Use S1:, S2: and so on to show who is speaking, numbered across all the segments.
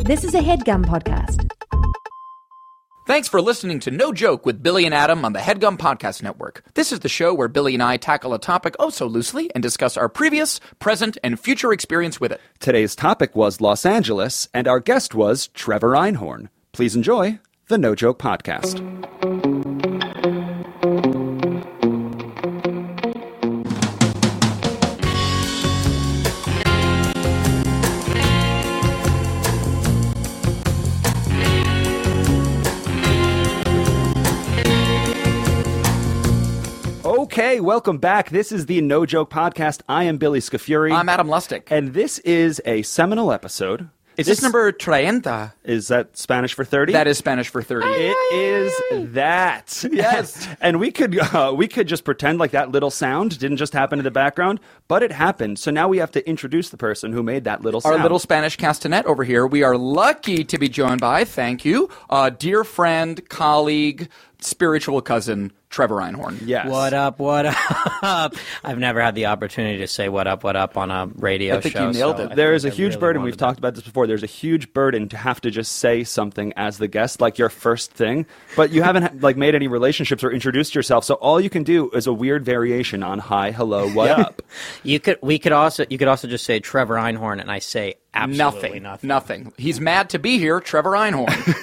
S1: This is a headgum podcast.
S2: Thanks for listening to No Joke with Billy and Adam on the Headgum Podcast Network. This is the show where Billy and I tackle a topic oh so loosely and discuss our previous, present, and future experience with it.
S3: Today's topic was Los Angeles, and our guest was Trevor Einhorn. Please enjoy the No Joke Podcast. Okay, welcome back. This is the No Joke Podcast. I am Billy Scafuri.
S2: I'm Adam Lustig.
S3: And this is a seminal episode.
S2: Is this number 30?
S3: Is that Spanish for 30?
S2: That is Spanish for 30.
S3: It is that. Yes. and we could uh, we could just pretend like that little sound didn't just happen in the background, but it happened. So now we have to introduce the person who made that little
S2: Our
S3: sound.
S2: little Spanish castanet over here. We are lucky to be joined by, thank you, uh, dear friend, colleague, spiritual cousin, Trevor Einhorn.
S3: yes.
S4: What up? What up? I've never had the opportunity to say what up, what up on a radio
S2: I think
S4: show.
S2: you nailed
S4: so
S2: it.
S4: I
S3: There
S4: think
S3: is a
S4: I
S3: huge
S4: really
S3: burden.
S4: wanted
S3: We've talked about this before. There's a huge burden to have to just say something as the guest, like your first thing, but you haven't like made any relationships or introduced yourself. So all you can do is a weird variation on "Hi, hello, what up."
S4: that. You could. We could also. You could also just say Trevor Einhorn, and I say absolutely
S2: Nothing,
S4: nothing.
S2: nothing. He's mad to be here, Trevor Einhorn.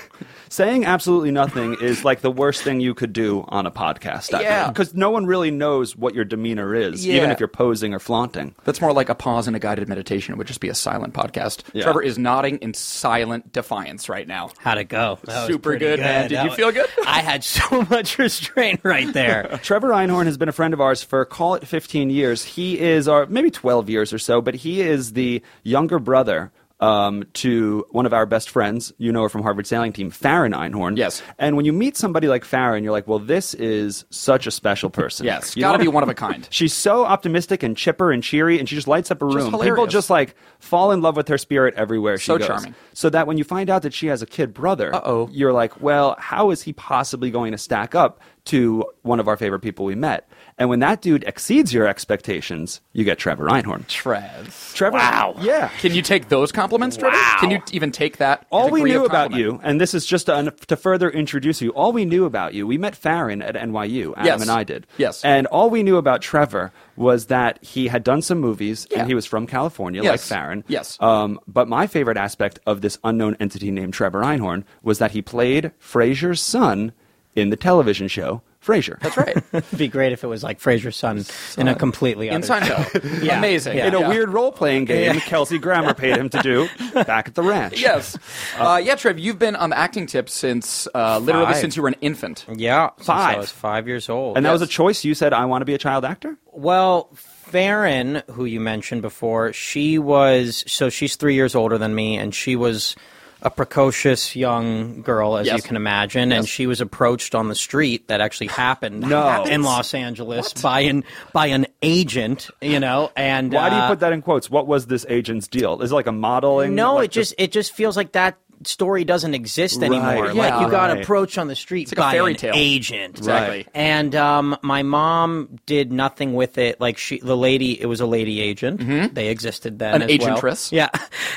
S3: Saying absolutely nothing is like the worst thing you could do on a podcast.
S2: Yeah.
S3: because no one really knows what your demeanor is, even
S2: Yeah.
S3: if you're posing or flaunting.
S2: That's more like a pause in a guided meditation. It would just be a silent podcast.
S3: Yeah.
S2: Trevor is nodding in silent defiance right now.
S4: How'd it go? That was
S2: Super
S4: pretty
S2: good, man. Did
S4: That
S2: you feel good?
S4: I had so much restraint right there.
S3: Trevor Einhorn has been a friend of ours for call it 15 years. He is our maybe 12 years or so, but he is the younger brother um, to one of our best friends. You know her from Harvard sailing team, Farron Einhorn.
S2: Yes.
S3: And when you meet somebody like Farron, you're like, well, this is such a special person.
S2: Yes,
S3: You
S2: gotta
S3: wanna-
S2: be one of a kind.
S3: She's so optimistic and chipper and cheery, and she just lights up a room. People
S2: hilarious.
S3: just like fall in love with her spirit everywhere she
S2: So
S3: goes.
S2: charming.
S3: So that when you find out that she has a kid brother,
S2: Uh-oh.
S3: you're like, well, how is he possibly going to stack up to one of our favorite people we met? And when that dude exceeds your expectations, you get Trevor Einhorn.
S2: Trev.
S3: Trevor, wow, yeah.
S2: Can you take those compliments, Trevor? Can you even take that?
S3: All we
S2: degree of
S3: knew about
S2: compliment?
S3: you, and this is just to, to further introduce you, all we knew about you, we met Farron at NYU, Adam
S2: Yes.
S3: and I did.
S2: Yes.
S3: And all we knew about Trevor was that he had done some movies
S2: Yeah.
S3: and he was from California, like
S2: Yes.
S3: Farron.
S2: Yes.
S3: Um, but my favorite aspect of this unknown entity named Trevor Einhorn was that he played Frasier's son in the television show Frasier.
S2: That's right.
S4: It'd be great if it was like Fraser's son, in a completely
S2: In
S4: other
S2: Seinfeld.
S4: Yeah.
S2: Amazing.
S4: Yeah.
S3: In a
S2: Yeah.
S3: weird role playing game Kelsey Grammer paid him to do back at the ranch.
S2: Yes. Uh, yeah, Trev, you've been on the acting tip since uh, literally
S4: Five.
S2: since you were an infant.
S4: Yeah, since
S3: Five.
S4: I was five years old.
S3: And that was a
S4: Yes.
S3: choice. You said, I want to be a child actor?
S4: Well, Farron, who you mentioned before, she was so she's three years older than me, and she was a precocious young girl, as
S2: Yes.
S4: you can imagine. And she was approached on the street. That actually happened
S3: No.
S4: in Los Angeles by an by an agent, you know. And
S3: Why do you
S4: uh,
S3: put that in quotes? What was this agent's deal? Is it like a modeling?
S4: No,
S3: like
S4: it just it just feels like that story doesn't exist
S3: Right,
S4: anymore. like
S2: yeah.
S4: you got
S3: right.
S4: approached on the street
S2: like a
S4: by
S2: fairy
S4: an
S2: tale.
S4: agent,
S2: Exactly. Right.
S4: And um, my mom did nothing with it. Like she, the lady, it was a lady agent. They existed then.
S2: Mm-hmm. An
S4: as well.
S2: agentress.
S4: Yeah,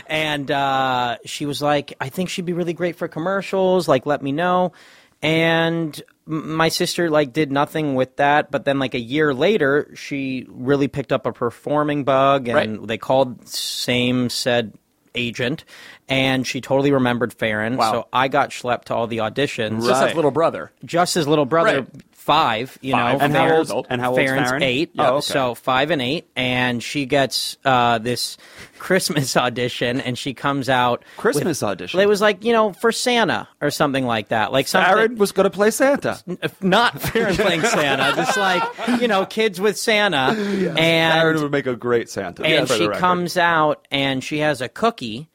S4: and uh, she was like, I think she'd be really great for commercials. Like, let me know. And m- my sister like did nothing with that but then like a year later she really picked up a performing bug and
S2: Right.
S4: they called same said agent and she totally remembered Farron
S2: Wow.
S4: so I got schlepped to all the auditions
S2: Just
S3: Right.
S2: as little brother.
S4: just as little brother
S2: Right.
S4: five you
S2: Five.
S4: know
S3: And how
S4: Farron's-
S3: old- and how old's
S4: Farron's
S3: Farron?
S4: eight
S3: Yeah,
S4: uh,
S3: okay.
S4: so five and eight and she gets uh, this Christmas audition and she comes out with-
S3: Christmas audition?
S4: it was like you know for Santa or something like that like something
S3: Aaron was going to play Santa.
S4: if not Farron playing Santa just like you know kids with Santa and
S3: Aaron would make a great Santa.
S4: and
S3: for the
S4: she
S3: record.
S4: comes out and she has a cookie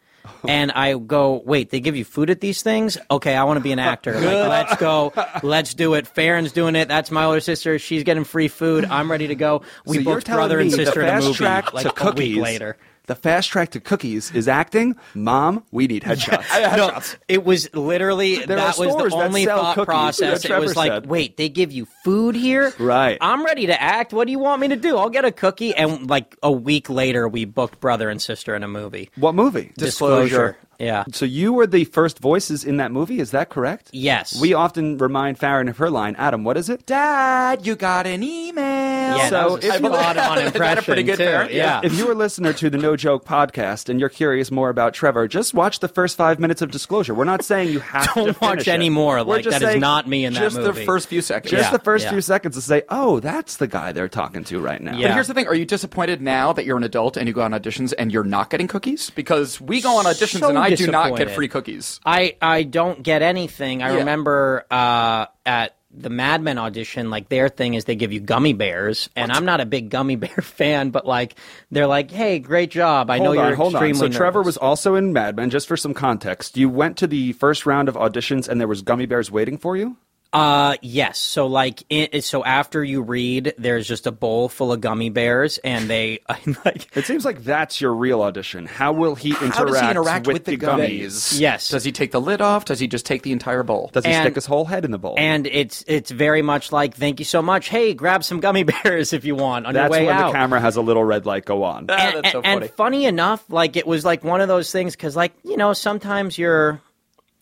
S4: and i go wait they give you food at these things okay i want to be an actor like, let's go let's do it farron's doing it that's my older sister she's getting free food i'm ready to go we
S3: So you're
S4: booked
S3: telling
S4: brother and
S3: me the
S4: sister in a
S3: fast
S4: movie
S3: track
S4: like
S3: to
S4: a
S3: cookies
S4: week later
S3: the fast track to cookies is acting. Mom, we need headshots.
S4: No, it was literally
S3: There
S4: that
S3: are
S4: was
S3: stores
S4: the
S3: that
S4: only
S3: sell
S4: thought
S3: cookies,
S4: process.
S3: that
S4: It
S3: Trevor
S4: was like,
S3: said.
S4: wait, they give you food here,
S3: Right.
S4: I'm ready to act. What do you want me to do? I'll get a cookie. And like a week later, we booked brother and sister in a movie.
S3: What movie?
S2: Disclosure.
S4: Yeah.
S3: So you were the first voices in that movie. Is that correct?
S4: Yes.
S3: We often remind Farron of her line. Adam, what is it?
S2: Dad, you got an email.
S4: Yeah,
S3: So
S4: that was a
S3: if you-
S4: spot on
S2: That's a
S4: impression
S2: pretty good
S4: too.
S2: parent, yeah.
S4: Yeah.
S3: If you're a listener to the No Joke podcast and you're curious more about Trevor, just watch the first five minutes of Disclosure. We're not saying you have to
S4: Don't watch
S3: finish it.
S4: any more.
S3: We're
S4: Like
S3: just
S4: that is
S3: saying
S4: not me in that
S2: Just
S4: movie.
S2: the first few seconds.
S3: Just
S4: Yeah,
S3: the first
S4: yeah.
S3: few seconds to say, "Oh, that's the guy they're talking to right now."
S2: But
S4: Yeah.
S2: here's the thing: Are you disappointed now that you're an adult and you go on auditions and you're not getting cookies? Because we go on auditions
S4: So
S2: and I do not get
S4: disappointed.
S2: free cookies.
S4: I I don't get anything. I
S2: Yeah.
S4: remember uh, at the Mad Men audition, like their thing is they give you gummy bears, and I'm not a big gummy bear fan, but like they're like, hey, great job. I
S3: Hold
S4: know
S3: on,
S4: you're
S3: hold on.
S4: extremely
S3: So Trevor
S4: nervous."
S3: was also in Mad Men. Just for some context, you went to the first round of auditions, and there was gummy bears waiting for you.
S4: Uh, yes. So like, it, so after you read, there's just a bowl full of gummy bears, and they I'm like.
S3: It seems like that's your real audition. How will he interact,
S2: How does he interact
S3: with, the gummies?
S4: Yes.
S2: Does he take the lid off? Does he just take the entire bowl?
S3: Does he
S4: And-
S3: stick his whole head in the bowl?
S4: And it's it's very much like thank you so much. Hey, grab some gummy bears if you want on
S3: that's
S4: your way
S3: when
S4: out.
S3: the camera has a little red light go on.
S2: Ah,
S4: and,
S2: that's so
S4: and-
S2: funny.
S4: and enough, like it was like one of those things because, like you know, sometimes you're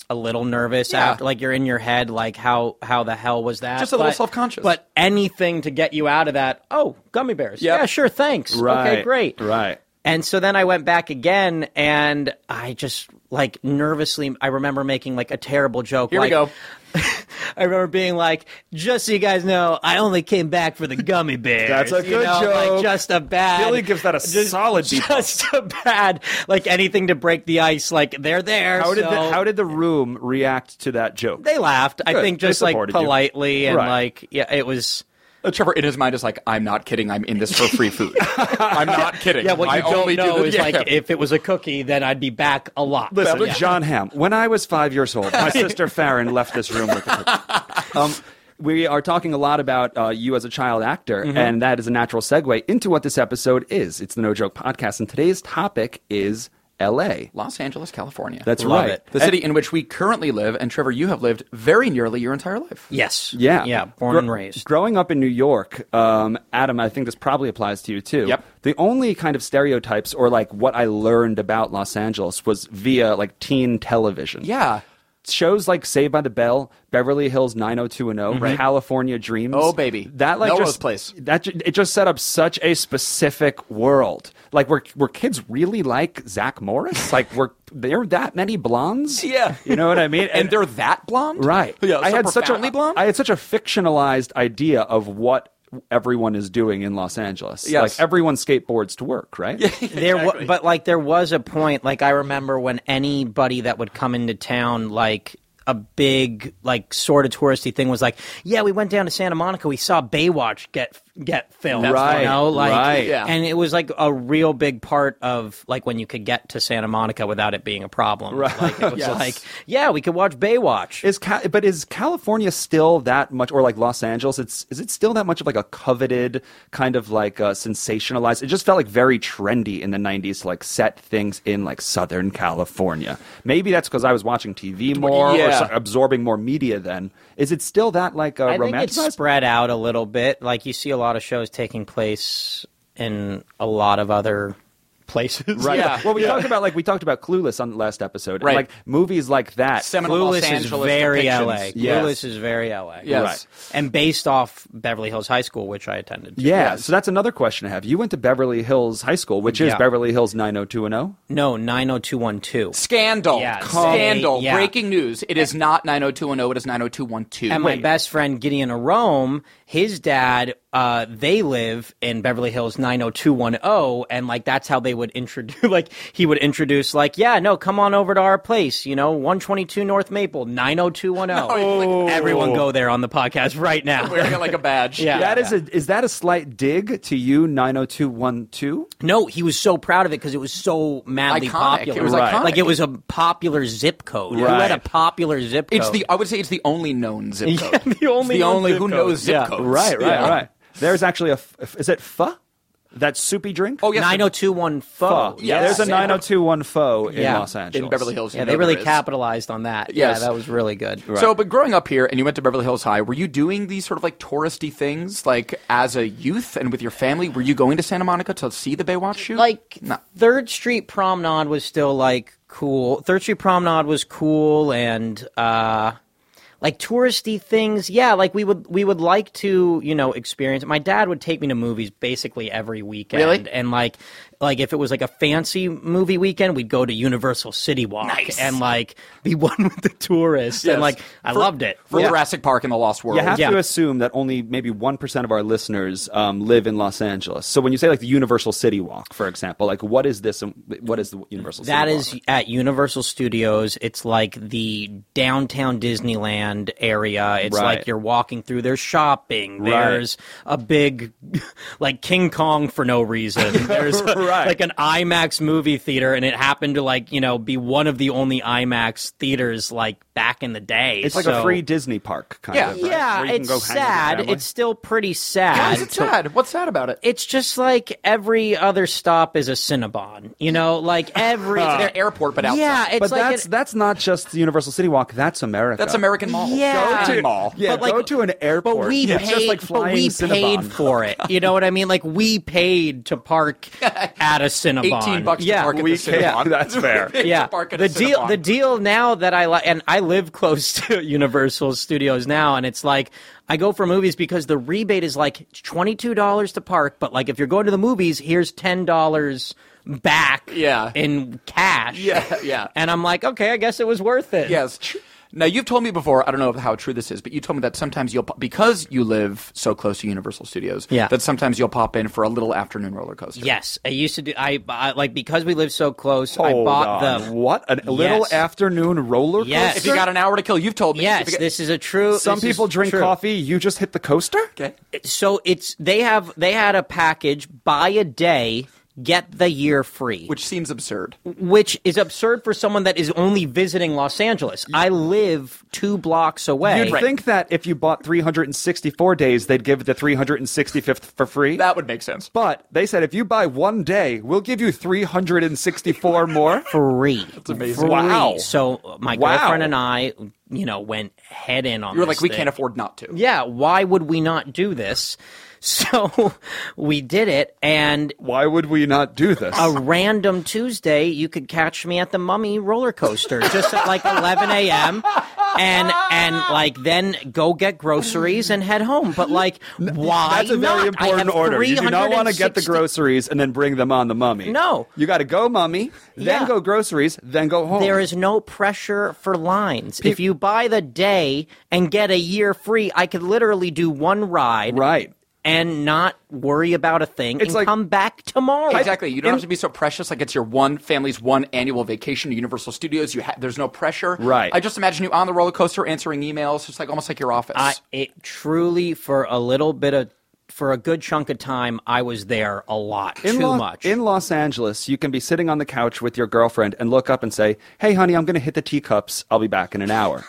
S4: a little nervous
S2: Yeah.
S4: after, like you're in your head, like how how the hell was that?
S2: Just a little
S4: But-
S2: self-conscious.
S4: But anything to get you out of that. Oh, gummy bears.
S2: Yep.
S4: Yeah, sure. Thanks.
S3: right.
S4: Okay, great.
S3: Right.
S4: And so then I went back again, and I just like nervously. I remember making like a terrible joke.
S2: Here
S4: like,
S2: we go.
S4: I remember being like, just so you guys know, I only came back for the gummy bears.
S3: That's a
S4: you
S3: good
S4: know, like,
S3: joke.
S4: just a bad.
S3: Billy gives that a solid beat.
S4: Just a bad, like anything to break the ice. Like they're there.
S3: How did
S4: so
S3: the, how did the room react to that joke?
S4: they laughed? I
S3: Good.
S4: think
S3: They
S4: just like
S3: supported you.
S4: politely and
S3: Right.
S4: like yeah, it was.
S2: Uh, Trevor, in his mind, is like, "I'm not kidding. I'm in this for free food. I'm not kidding.
S4: Yeah, what you
S2: I
S4: don't
S2: only
S4: know
S2: do the,
S4: is
S2: yeah.
S4: like if it was a cookie, then I'd be back a lot.
S3: Listen,
S4: Yeah.
S3: John Hamm. When I was five years old, my sister Farron left this room with a cookie. Um, we are talking a lot about uh, you as a child actor,
S4: Mm-hmm.
S3: and that is a natural segue into what this episode is. It's the No Joke Podcast, and today's topic is L.A.
S2: Los Angeles, California.
S3: That's
S4: Love
S3: right.
S4: it.
S2: the city in which we currently live, and Trevor, you have lived very nearly your entire life.
S4: Yes.
S3: Yeah.
S4: Yeah. Born
S3: Gro-
S4: and raised.
S3: Growing up in New York, um, Adam, I think this probably applies to you too.
S2: Yep.
S3: The only kind of stereotypes or like what I learned about Los Angeles was via like teen television.
S2: Yeah.
S3: Shows like Saved by the Bell, Beverly Hills 90210, California Dreams.
S2: Mm-hmm. Oh, baby.
S3: That like
S2: Melrose
S3: just
S2: Place.
S3: That ju- it just set up such a specific world. Like were were kids really like Zach Morris? like were there that many blondes?
S2: Yeah.
S3: You know what I mean?
S2: And they're that blonde,
S3: Right.
S2: Yeah, so
S3: I had such a
S2: profoundly blonde.
S3: I had such a fictionalized idea of what everyone is doing in Los Angeles.
S2: Yes.
S3: Like everyone skateboards to work, right?
S4: there wa- but like there was a point like i remember when anybody that would come into town like a big like sort of touristy thing was like yeah we went down to santa monica we saw baywatch get get filmed
S3: Right,
S4: you know like
S3: right.
S2: Yeah.
S4: and it was like a real big part of like when you could get to santa monica without it being a problem right like it was
S2: Yes.
S4: like yeah we could watch baywatch
S3: Is Ca- but is California still that much, or like Los Angeles? It's is it still that much of like a coveted kind of like uh, sensationalized? It just felt like very trendy in the '90s to like set things in like Southern California. Maybe that's because I was watching TV more, or
S2: yeah.
S3: so- absorbing more media. Then is it still that like uh,
S4: I think it's
S3: romanticized?
S4: spread out a little bit. Like you see a lot of shows taking place in a lot of other places.
S3: Right.
S2: Yeah.
S3: Well, we talked about like we talked about Clueless on the last episode. and,
S2: Right.
S3: like movies like that.
S2: Seminal Los
S4: Clueless is
S2: Angeles
S4: very
S2: depictions.
S4: LA.
S3: Yes.
S4: Clueless is very LA.
S2: Yes.
S3: Right.
S4: And based off Beverly Hills High School, which I attended. to.
S3: yeah. So that's another question I have. You went to Beverly Hills High School, which is
S4: Yeah.
S3: Beverly Hills 90210.
S4: No, 90212.
S2: Scandal.
S4: Yeah, it's-
S2: Scandal.
S4: Yeah.
S2: Breaking news. It is not 90210. It is 90212.
S4: And my best friend Gideon Arome, his dad, uh, they live in Beverly Hills 90210, and like that's how they would introduce. Like he would introduce, like, yeah, no, come on over to our place, you know, 122 North Maple, 90210.
S2: No, it's like-
S4: Everyone go there on the podcast right now.
S2: wearing it like a badge.
S4: Yeah.
S3: That is a is that a slight dig to you 90212?
S4: No, he was so proud of it because it was so madly
S2: Iconic.
S4: popular.
S2: It was
S3: Right.
S2: iconic.
S4: Like it was a popular zip code. Who had a
S3: Right.
S4: popular zip code?
S2: It's the I would say it's the only known zip
S4: Yeah,
S2: code.
S4: the only
S2: It's the
S4: known
S2: only
S4: zip
S2: who
S4: code.
S2: knows zip
S4: Yeah.
S2: codes.
S3: Right, right,
S2: Yeah.
S3: right. There's actually a f- is it pho? That soupy drink?
S2: Oh, yes.
S4: Nine zero two one
S3: Pho.
S4: foe.
S2: Yeah,
S3: There's a
S2: Yes.
S3: 90210 foe in
S4: Yeah.
S3: Los Angeles.
S2: in Beverly Hills.
S4: Yeah,
S2: you
S4: they
S2: know
S4: really
S2: there is.
S4: capitalized on that.
S2: Yes.
S4: Yeah, that was really good.
S2: So, but growing up here, and you went to Beverly Hills High, were you doing these sort of like touristy things, like as a youth and with your family? Were you going to Santa Monica to see the Baywatch shoot?
S4: like
S2: no.
S4: Third Street Promenade was still like cool. Third Street Promenade was cool and uh like touristy things. Yeah, like we would we would like to, you know, experience. My dad would take me to movies basically every weekend
S2: Really?
S4: and like like if it was like a fancy movie weekend, we'd go to Universal City Walk
S2: Nice.
S4: and like be one with the tourists
S2: Yes.
S4: and like I
S2: For-
S4: loved it.
S2: for
S4: Yeah.
S2: Jurassic Park and the Lost World.
S3: You have
S4: Yeah.
S3: to assume that only maybe 1% of our listeners um, live in Los Angeles. So when you say like the Universal City Walk, for example, like what is this? and What is the Universal
S4: That
S3: City
S4: is
S3: Walk?
S4: at Universal Studios. It's like the downtown Disneyland area. It's
S3: Right.
S4: like you're walking through. There's shopping.
S3: Right.
S4: There's a big, like King Kong for no reason. There's a-
S3: Right.
S4: like an IMAX movie theater, and it happened to like you know be one of the only IMAX theaters like back in the day.
S3: It's like a
S4: So-
S3: free Disney park kind
S2: Yeah.
S3: of. right?
S4: Yeah,
S3: Where you can go hang
S4: it's
S3: with your
S4: sad.
S3: family.
S4: It's still pretty sad.
S2: Why is it
S4: So-
S2: sad? What's sad about it?
S4: it's just like every other stop is a Cinnabon, you know, like every
S2: It's their airport, but outside.
S4: yeah, it's
S3: but
S4: like
S3: that's
S4: an-
S3: that's not just the Universal City Walk. That's America.
S2: That's American Mall.
S4: Yeah.
S2: Go to Mall.
S3: Yeah,
S4: But, like-
S3: go to an airport.
S4: But we
S3: Yeah,
S4: paid,
S3: it's just like
S4: but
S3: flying
S4: we
S3: Cinnabon.
S4: paid for it. You know what I mean? Like we paid to park at a Cinnabon.
S2: 18 bucks
S4: yeah.
S2: to park at
S3: we
S2: the Cinnabon.
S3: can't. That's fair.
S2: It's a
S4: yeah,
S2: park at a
S4: the deal.
S2: Cinnabon.
S4: The deal now that I like, and I live close to Universal Studios now, and it's like I go for movies because the rebate is like twenty two dollars to park, but like if you're going to the movies, here's ten dollars back,
S2: Yeah.
S4: in cash,
S2: Yeah, yeah.
S4: and I'm like, okay, I guess it was worth it.
S2: Yes. Now you've told me before. I don't know how true this is, but you told me that sometimes you'll because you live so close to Universal Studios.
S4: Yeah.
S2: That sometimes you'll pop in for a little afternoon roller coaster.
S4: Yes, I used to do. I, I like because we live so close. I
S3: Hold
S4: bought
S3: on.
S4: the
S3: what a little afternoon roller coaster.
S4: Yes.
S2: If you got an hour to kill, you've told me. If
S4: Yes,
S2: you got-
S4: this is a true.
S3: Some
S4: this is
S3: people drink
S4: true.
S3: coffee. You just hit the coaster.
S2: Okay.
S4: So it's they have they had a package buy a day get the year free,
S2: Which seems absurd.
S4: which is absurd for someone that is only visiting Los Angeles. I live two blocks away.
S3: You'd think that if you bought 364 days, they'd give the 365th for free.
S2: That would make sense.
S3: but they said if you buy one day, we'll give you 364 more.
S4: free. It's
S2: amazing.
S4: Free.
S3: Wow.
S4: So my
S3: Wow.
S4: girlfriend and I, you know, went head in on.
S2: You were
S4: this
S2: like, we
S4: thing.
S2: can't afford not to.
S4: Yeah, why would we not do this? So we did it, and
S3: Why would we not do this?
S4: a random Tuesday, you could catch me at the Mummy roller coaster just at like 11 a.m. and and like then go get groceries and head home. But like, why?
S3: That's a very
S4: not? I
S3: important
S4: have
S3: order. You do not want to get the
S4: 360
S3: groceries and then bring them on the mummy.
S4: No.
S3: You got to go mummy, then
S4: Yeah.
S3: go groceries, then go home.
S4: There is no pressure for lines. if you buy the day and get a year free, I could literally do one ride
S3: Right.
S4: and not worry about a thing
S3: It's
S4: and
S3: like-
S4: come back tomorrow.
S2: Exactly. You don't have to be so precious. Like it's your one family's one annual vacation to Universal Studios. You ha- there's no pressure.
S3: Right.
S2: I just imagine you on the roller coaster answering emails. It's like almost like your office.
S4: I, it truly for a little bit of for a good chunk of time I was there a lot
S3: in
S4: too
S3: Lo-
S4: much.
S3: In Los Angeles, you can be sitting on the couch with your girlfriend and look up and say, "Hey, honey, I'm going to hit the teacups. I'll be back in an hour."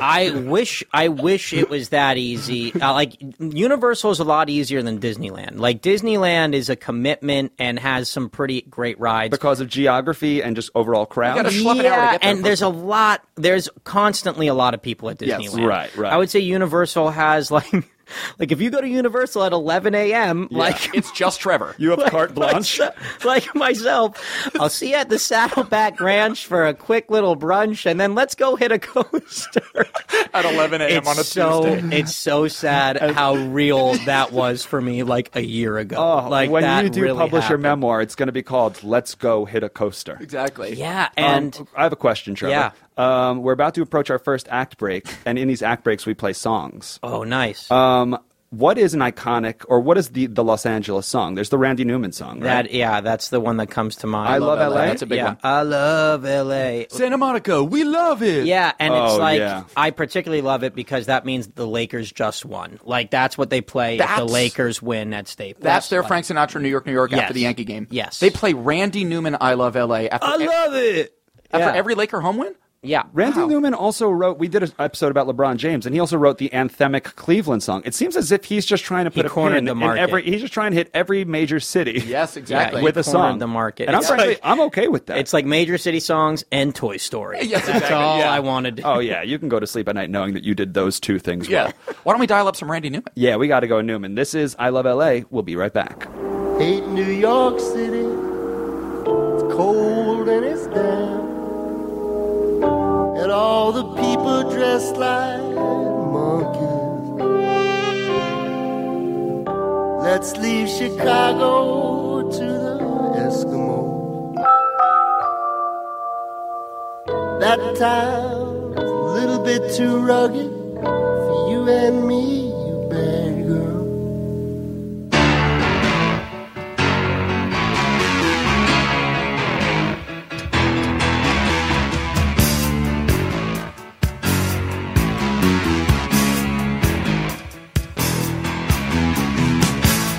S4: I wish I wish it was that easy. Uh, like Universal is a lot easier than Disneyland. Like Disneyland is a commitment and has some pretty great rides.
S3: because of geography and just overall crowd.
S2: gotta schlep an hour to
S4: yeah,
S2: get there
S4: and there's a lot. There's constantly a lot of people at
S2: Yes.
S4: Disneyland.
S3: Right, right.
S4: I would say Universal has like, like if you go to Universal at 11 a.m., like
S2: it's just Trevor.
S3: you have carte blanche.
S4: myself- like myself, I'll see you at the Saddleback Ranch for a quick little brunch, and then let's go hit a coaster.
S2: at 11 a.m. on a
S4: It's so
S2: Tuesday.
S4: it's so sad how real that was for me like a year ago.
S3: Oh,
S4: like
S3: when
S4: that
S3: you do
S4: really
S3: publish your
S4: happened.
S3: memoir, it's going to be called "Let's Go Hit a Coaster."
S2: Exactly.
S4: yeah,
S3: Um,
S4: and
S3: I have a question, Trevor.
S4: Yeah.
S3: Um, we're about to approach our first act break, and in these act breaks, we play songs.
S4: oh, nice.
S3: Um, what is an iconic, or what is the, the Los Angeles song? There's the Randy Newman song, right?
S4: that yeah, that's the one that comes to mind.
S3: I love
S2: Love
S3: LA.
S2: That's a big
S4: yeah,
S2: one.
S4: I love L.A.
S2: Santa Monica, we love it.
S4: Yeah, and it's
S3: Oh,
S4: like
S3: yeah.
S4: I particularly love it because that means the Lakers just won. Like that's what they play if the
S2: That's-
S4: Lakers win at Staples.
S2: That's their
S4: Like-
S2: Frank Sinatra, New York, New York after
S4: Yes.
S2: the Yankee game.
S4: Yes.
S2: They play Randy Newman, I Love LA after,
S4: I
S2: e-
S4: love it.
S2: after
S4: Yeah.
S2: every Laker home win?
S4: Yeah.
S3: Randy Newman also wrote. We did an episode about LeBron James, and he also wrote the anthemic Cleveland song. It seems as if he's just trying to put a
S4: cornered
S3: pin
S4: the
S3: in
S4: market.
S3: every. He's just trying to hit every major city.
S2: Yes, exactly.
S4: he
S3: with a
S4: cornered
S3: song.
S4: the market.
S3: and I'm
S4: It's
S3: frankly, I'm okay with that.
S4: It's like major city songs and Toy Story.
S2: Yes,
S4: That's
S2: exactly,
S4: all
S2: yeah.
S4: I wanted.
S3: oh yeah, you can go to sleep at night knowing that you did those two things.
S2: yeah.
S3: well.
S2: Why don't we dial up some Randy Newman?
S3: yeah, we got to go, Newman. This is I Love L.A. We'll be right back.
S5: Hate New York City. It's cold and it's damp. And all the people dressed like monkeys. Let's leave Chicago to the Eskimos. That town's a little bit too rugged for you and me, you bad girl.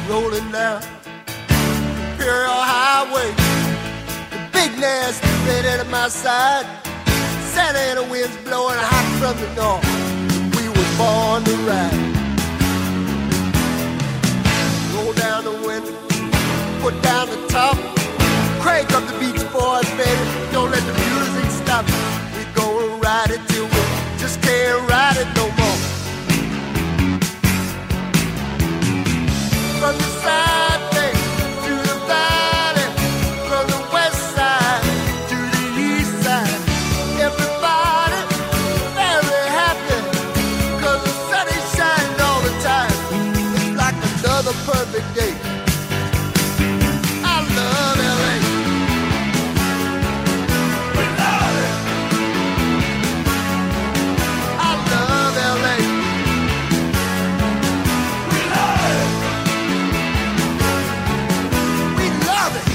S5: rolling down Imperial Highway. The big nasty red at my side. Santa Ana winds blowing hot from the north. We were born to ride. Roll down the window, put down the top. Crank up the beach boys, baby. Don't let the music stop. We gonna ride it till we just can't ride it no more. From the side bay to the valley, from the west side to the east side. Everybody very happy, 'cause the sun is shining all the time. It's like another perfect day. I love LA. We love it. I love LA. We love it. We love it.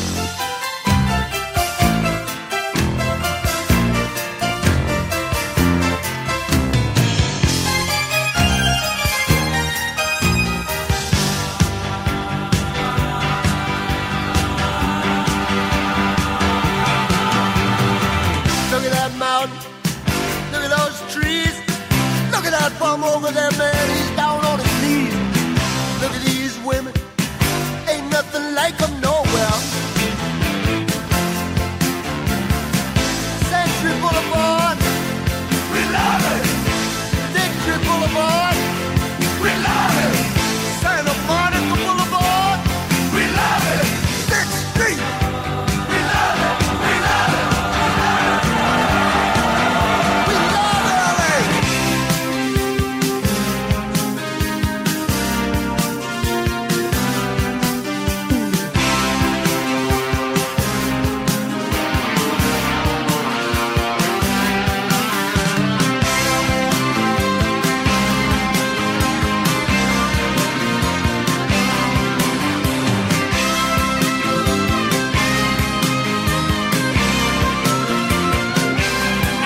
S5: Look at that mountain. Look at those trees. Look at that bum over there, man. He's down on his knees. Look at these women. Ain't nothing like them nowhere. Century Boulevard. We love it. Victory Boulevard. We love it. Santa Monica Boulevard. We love it. Sixth Street. We love it. We love it. We love LA.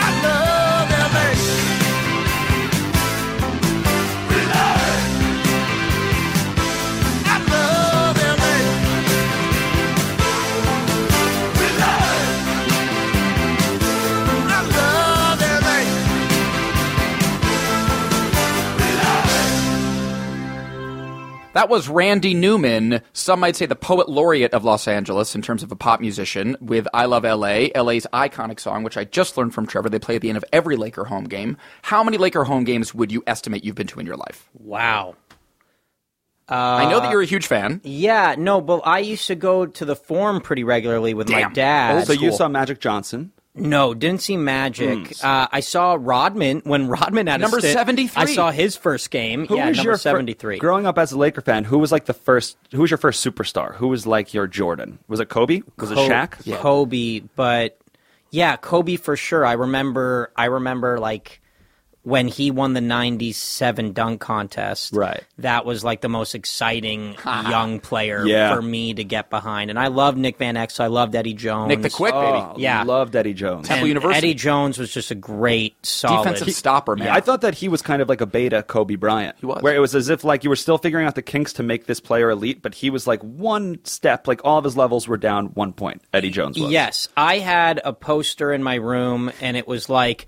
S5: I love LA. We love it. I love LA. We love it. I love LA. We love it.
S2: That was Randy Newman, some might say the poet laureate of Los Angeles in terms of a pop musician, with I Love LA, LA's iconic song, which I just learned from Trevor. They play at the end of every Laker home game. How many Laker home games would you estimate you've been to in your life?
S4: Wow.
S2: I know that you're a huge fan.
S4: Yeah, no, but I used to go to the Forum pretty regularly with
S2: Damn.
S4: my dad.
S3: so you saw Magic Johnson.
S4: No, didn't see Magic. Uh, I saw Rodman when Rodman had
S2: Number
S4: a stint,
S2: 73.
S4: I saw his first game.
S3: Who
S4: yeah,
S3: was
S4: number
S3: your fir-
S4: seventy three.
S3: growing up as a Laker fan, who was like the first? Who was your first superstar? Who was like your Jordan? Was it Kobe? Was it Shaq?
S4: Kobe, but yeah, Kobe for sure. I remember. I remember like when he won the 97 dunk contest.
S3: Right.
S4: That was like the most exciting young player
S3: Yeah.
S4: for me to get behind. And I loved Nick Van Exel. I loved Eddie Jones.
S2: Nick the Quick,
S3: Oh,
S2: baby.
S4: Yeah.
S3: loved Eddie Jones.
S2: Temple
S4: And
S2: University.
S4: Eddie Jones was just a great, solid.
S2: Defensive stopper, man.
S3: Yeah, I thought that he was kind of like a beta Kobe Bryant. He
S2: was.
S3: Where it was as if like you were still figuring out the kinks to make this player elite, but he was like one step, like all of his levels were down one point. Eddie Jones was.
S4: Yes, I had a poster in my room, and it was like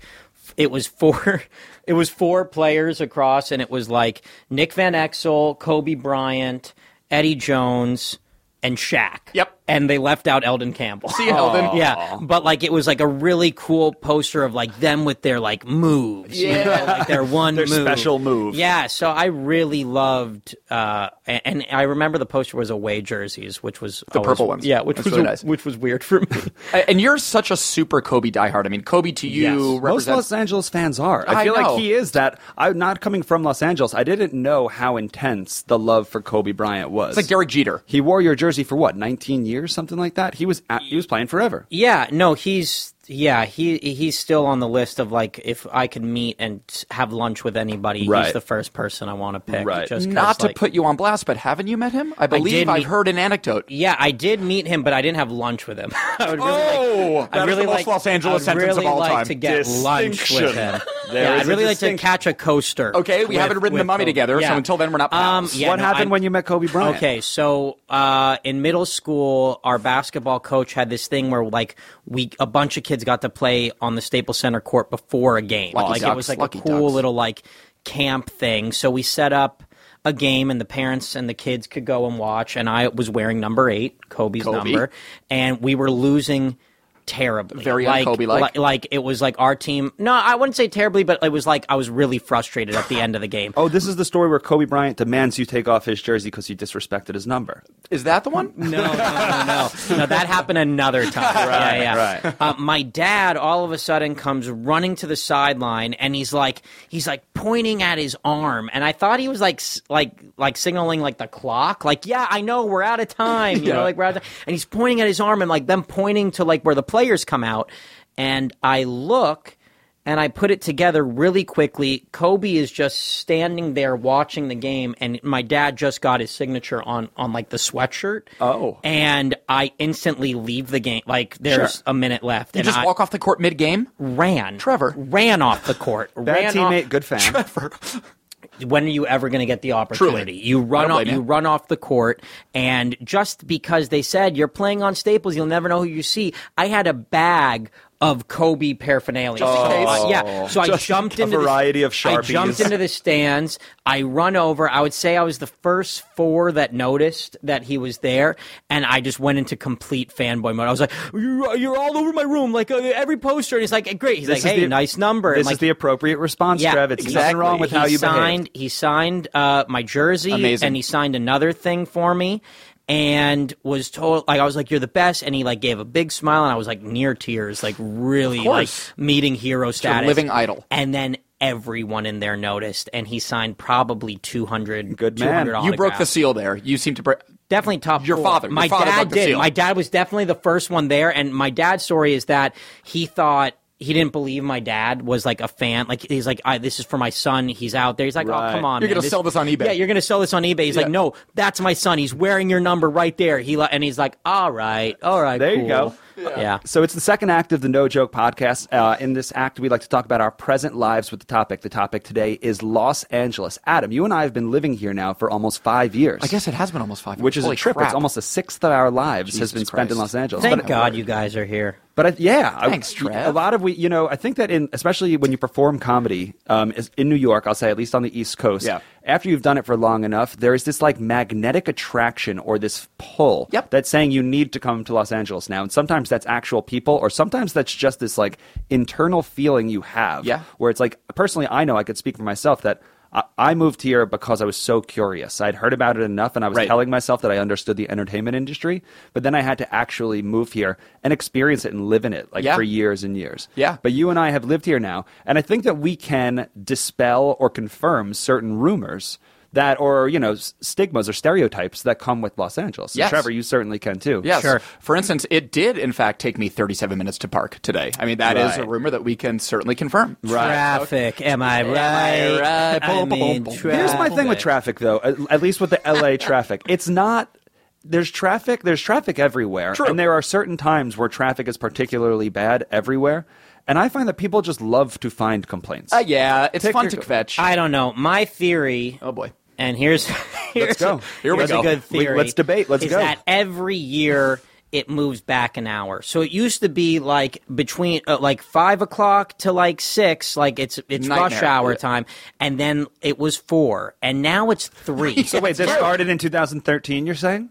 S4: it was four it was four players across, and it was like Nick Van Exel, Kobe Bryant, Eddie Jones, and Shaq.
S2: Yep.
S4: and they left out Eldon Campbell. Oh,
S2: See you, Eldon.
S4: Yeah, but like it was like a really cool poster of like them with their like moves, you know, like their one
S3: Their
S4: move.
S3: special move.
S4: Yeah, so I really loved, uh, and, and I remember the poster was away jerseys, which was the
S2: purple ones.
S4: Yeah, which
S2: That's
S4: was
S2: really
S4: a-
S2: nice.
S4: which was weird for me.
S2: A- And you're such a super Kobe diehard. I mean, Kobe to you
S4: Yes. Most
S3: Most
S2: represents.
S3: Los Angeles fans are. I,
S2: I
S3: feel
S2: know.
S3: like he is that. I'm not coming from Los Angeles. I didn't know how intense the love for Kobe Bryant was.
S2: it's like Derek Jeter.
S3: He wore your jersey for what, 19 years, something like that. He was at, he was playing forever.
S4: yeah, no, he's yeah he he's still on the list of like if I could meet and have lunch with anybody, he's
S3: Right.
S4: the first person I want to pick.
S3: Right.
S4: just 'cause,
S2: Not to
S4: like-
S2: put you on blast, but haven't you met him? I believe
S4: did
S2: I've
S4: meet-
S2: heard an anecdote.
S4: Yeah, I did meet him, but I didn't have lunch with him. I would really
S2: Oh,
S4: like,
S2: that
S4: I'd
S2: is
S4: really
S2: the most
S4: like,
S2: Los Angeles
S4: I'd
S2: sentence of
S4: really
S2: all
S4: like
S2: time.
S4: to get lunch with him.
S3: There
S4: yeah,
S3: is
S4: I'd
S3: a
S4: really like to
S3: distinction.
S4: catch a coaster.
S2: Okay, we
S4: with-
S2: haven't ridden the
S4: with
S2: mummy
S4: Kobe.
S2: together, so
S4: Yeah.
S2: until then we're not
S4: Um,
S2: pals.
S4: yeah,
S3: what
S4: no,
S3: happened
S4: I-
S3: when you met Kobe Bryant?
S4: Okay, so uh, in middle school, our basketball coach had this thing where like we a bunch of kids got to play on the Staples Center court before a game.
S2: Lucky
S4: like it was
S2: ducks,
S4: like
S2: lucky
S4: a cool
S2: ducks.
S4: little like camp thing. So we set up a game and the parents and the kids could go and watch and I was wearing number 8, Kobe's
S2: Kobe.
S4: number, and we were losing terribly.
S2: Very
S4: like,
S2: un-Kobe-like.
S4: li- like it was like our team. No, I wouldn't say terribly, but it was like I was really frustrated at the end of the game.
S3: Oh, this is the story where Kobe Bryant demands you take off his jersey because you disrespected his number.
S2: Is that the
S3: Mm-hmm.
S2: one?
S4: No, no, no, no. No, that happened another time. right, yeah, yeah.
S3: right.
S4: Uh, my dad all of a sudden comes running to the sideline and he's like he's like pointing at his arm and I thought he was like s- like like signaling like the clock like yeah I know we're out of time you know like we're out of time. and he's pointing at his arm and like them pointing to like where the players come out and I look and I put it together really quickly. Kobe is just standing there watching the game, and my dad just got his signature on on like the sweatshirt.
S3: Oh.
S4: and I instantly leave the game. Like there's
S3: Sure.
S4: a minute left,
S2: You
S4: and
S2: just
S4: I
S2: walk off the court mid game?
S4: ran.
S2: Trevor.
S4: ran off the court.
S3: Bad
S4: ran
S3: teammate,
S4: Off,
S3: good fan.
S4: when are you ever going to get the opportunity? You run
S2: don't
S4: off.
S2: blame you.
S4: You run off the court, and just because they said you're playing on Staples, you'll never know who you see. I had a bag of Kobe paraphernalia.
S2: in
S4: So,
S2: case.
S4: uh, yeah. So I
S3: Just
S4: jumped
S3: a
S4: into the-
S3: variety of
S4: I jumped
S3: Sharpies.
S4: into the stands. I run over. I would say I was the first four that noticed that he was there, and I just went into complete fanboy mode. I was like, "You're, you're all over my room, like uh, every poster." And he's like, "Great." He's
S3: This
S4: like,
S3: is
S4: "Hey,
S3: the-
S4: nice number." And,
S3: This
S4: like,
S3: is the appropriate response, Trev. It's nothing wrong with
S4: he
S3: how you
S4: signed.
S3: behaved.
S4: He signed uh, my jersey,
S2: Amazing.
S4: and he signed another thing for me, and was told like I was like, "You're the best," and he like gave a big smile, and I was like near tears, like really like
S2: course.
S4: meeting hero
S2: your
S4: status,
S2: living idol.
S4: and then. Everyone in there noticed, and he signed probably 200.
S3: Good man.
S4: 200
S2: You broke the
S4: autographs.
S2: seal there. You seem to break.
S4: Definitely top.
S2: Your
S4: four.
S2: father- your
S4: My
S2: father broke
S4: dad
S2: the
S4: did.
S2: seal.
S4: My dad was definitely the first one there, and my dad's story is that he thought. He didn't believe my dad was like a fan. Like he's like, I, this is for my son. He's out there. He's like,
S3: Right.
S4: oh come on,
S2: You're
S4: man.
S2: gonna sell this on eBay.
S4: Yeah, you're gonna sell this on eBay. He's
S2: Yeah.
S4: like, no, that's my son. He's wearing your number right there. He li- and he's like, all right, all right,
S3: There you
S4: cool."
S3: go.
S4: Yeah.
S3: So it's the second act of the No Joke podcast. Uh, in this act, we like to talk about our present lives with the topic. The topic today is Los Angeles. Adam, you and I have been living here now for almost five years.
S2: I guess it has been almost five years.
S3: Which is
S2: Holy
S3: a trip.
S2: crap.
S3: It's almost a sixth of our lives
S2: Jesus
S3: has been spent in
S2: Christ.
S3: Los Angeles.
S4: Thank
S3: But-
S4: God you guys are here.
S3: But I, yeah, I-
S2: Thanks, Trev.
S3: A lot of we, you know, I think that in especially when you perform comedy um, is- in New York, I'll say at least on the East Coast.
S2: Yeah.
S3: After you've done it for long enough, there is this like magnetic attraction or this pull
S2: Yep.
S3: that's saying you need to come to Los Angeles now. And sometimes that's actual people, or sometimes that's just this like internal feeling you have.
S2: Yeah.
S3: Where it's like, personally, I know I could speak for myself that. I- I moved here because I was so curious. I'd heard about it enough, and I was
S2: Right.
S3: telling myself that I understood the entertainment industry. But then I had to actually move here and experience it and live in it, like
S2: Yeah.
S3: for years and years.
S2: Yeah.
S3: But you and I have lived here now, and I think that we can dispel or confirm certain rumors that or you know s- stigmas or stereotypes that come with Los Angeles. And
S2: Yes.
S3: Trevor, you certainly can too.
S2: Yes.
S4: Sure.
S2: For instance, it did in fact take me 37 minutes to park today. I mean, that is a
S3: Right.
S2: rumor that we can certainly confirm.
S4: Traffic, am I right?
S2: I right?
S4: I
S2: Boom, boom,
S4: mean,
S2: boom, boom.
S3: Here's my thing with
S4: traffic.
S3: traffic, though. At, at least with the LA traffic, it's not. There's traffic. There's traffic everywhere,
S2: True.
S3: and there are certain times where traffic is particularly bad everywhere. And I find that people just love to find complaints.
S2: Uh, yeah, it's
S3: Take
S2: fun
S3: your-
S2: to fetch.
S4: I don't know. My theory.
S2: oh boy.
S4: And here's here's,
S3: go.
S2: Here we
S4: here's
S2: go.
S4: a good
S3: We-
S4: theory.
S3: let's debate. Let's
S4: is
S3: go.
S4: That every year it moves back an hour. So it used to be like between uh, like five o'clock to like six, like it's it's rush
S2: Nightmare.
S4: hour
S2: Yeah.
S4: time, and then it was four, and now it's three.
S3: so wait, this started in 2013. You're saying?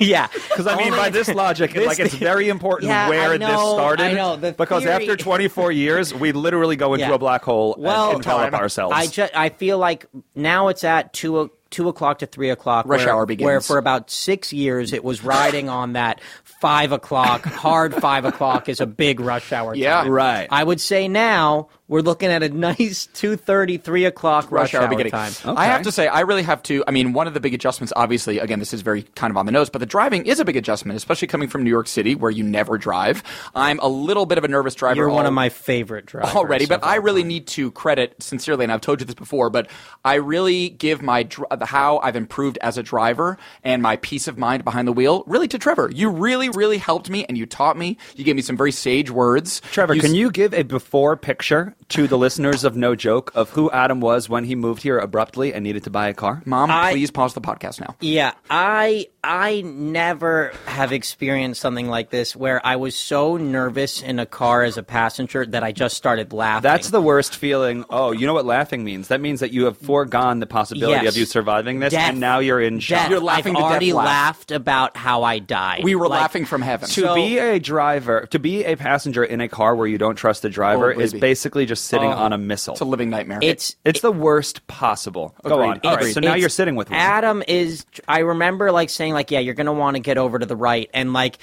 S4: yeah,
S3: Because I mean, by this logic, like it's very important
S4: Yeah,
S3: where
S4: I
S3: this
S4: know,
S3: started.
S4: I know. The
S3: because
S4: theory-
S3: after 24 years, we literally go into
S4: Yeah.
S3: a black hole and-
S4: Well,
S3: and, envelop
S2: time.
S3: ourselves.
S4: I ju- I feel like now it's at two o- two o'clock to three o'clock.
S2: Rush
S4: where,
S2: hour begins.
S4: Where for about six years it was riding on that five o'clock hard five o'clock is a big rush hour.
S2: Yeah.
S4: time.
S3: Right.
S4: I would say now we're looking at a nice two thirty three o'clock rush, hour,
S2: beginning.
S4: time.
S2: I have
S3: Okay.
S2: to say, I really have to. I mean, one of the big adjustments, obviously, again, this is very kind of on the nose, but the driving is a big adjustment, especially coming from New York City where you never drive. I'm a little bit of a nervous driver.
S4: You're one
S2: al-
S4: of my favorite drivers
S2: already, but
S4: of all
S2: I really
S4: time.
S2: need to credit sincerely, and I've told you this before, but I really give my dr- the how I've improved as a driver and my peace of mind behind the wheel really to Trevor. You really, really helped me, and you taught me. You gave me some very sage words.
S3: Trevor,
S2: s-
S3: can you give a before picture to the listeners of No Joke of who Adam was when he moved here abruptly and needed to buy a car?
S2: Mom,
S4: I-
S2: please pause the podcast now.
S4: Yeah, I I never have experienced something like this where I was so nervous in a car as a passenger that I just started laughing.
S3: That's the worst feeling. Oh, you know what laughing means? That means that you have foregone the possibility
S4: Yes.
S3: of you surviving this,
S4: Death.
S3: and now you're in shock.
S4: Death.
S2: You're laughing
S4: I've
S2: to death
S4: already
S2: laugh.
S4: laughed about how I died.
S2: We were
S4: Like,
S2: laughing from heaven.
S3: to
S4: So-
S3: be a driver, to be a passenger in a car where you don't trust the driver
S2: Oh,
S3: is
S2: baby.
S3: basically just sitting
S4: Oh.
S3: on a missile.
S2: It's a living nightmare.
S4: It's
S3: It's the worst possible. Go
S2: Agreed.
S3: on. All right,
S2: Agreed.
S3: so now
S4: it's-
S3: you're sitting with one.
S4: Adam is. I remember like saying like, yeah, you're gonna want to get over to the right, and like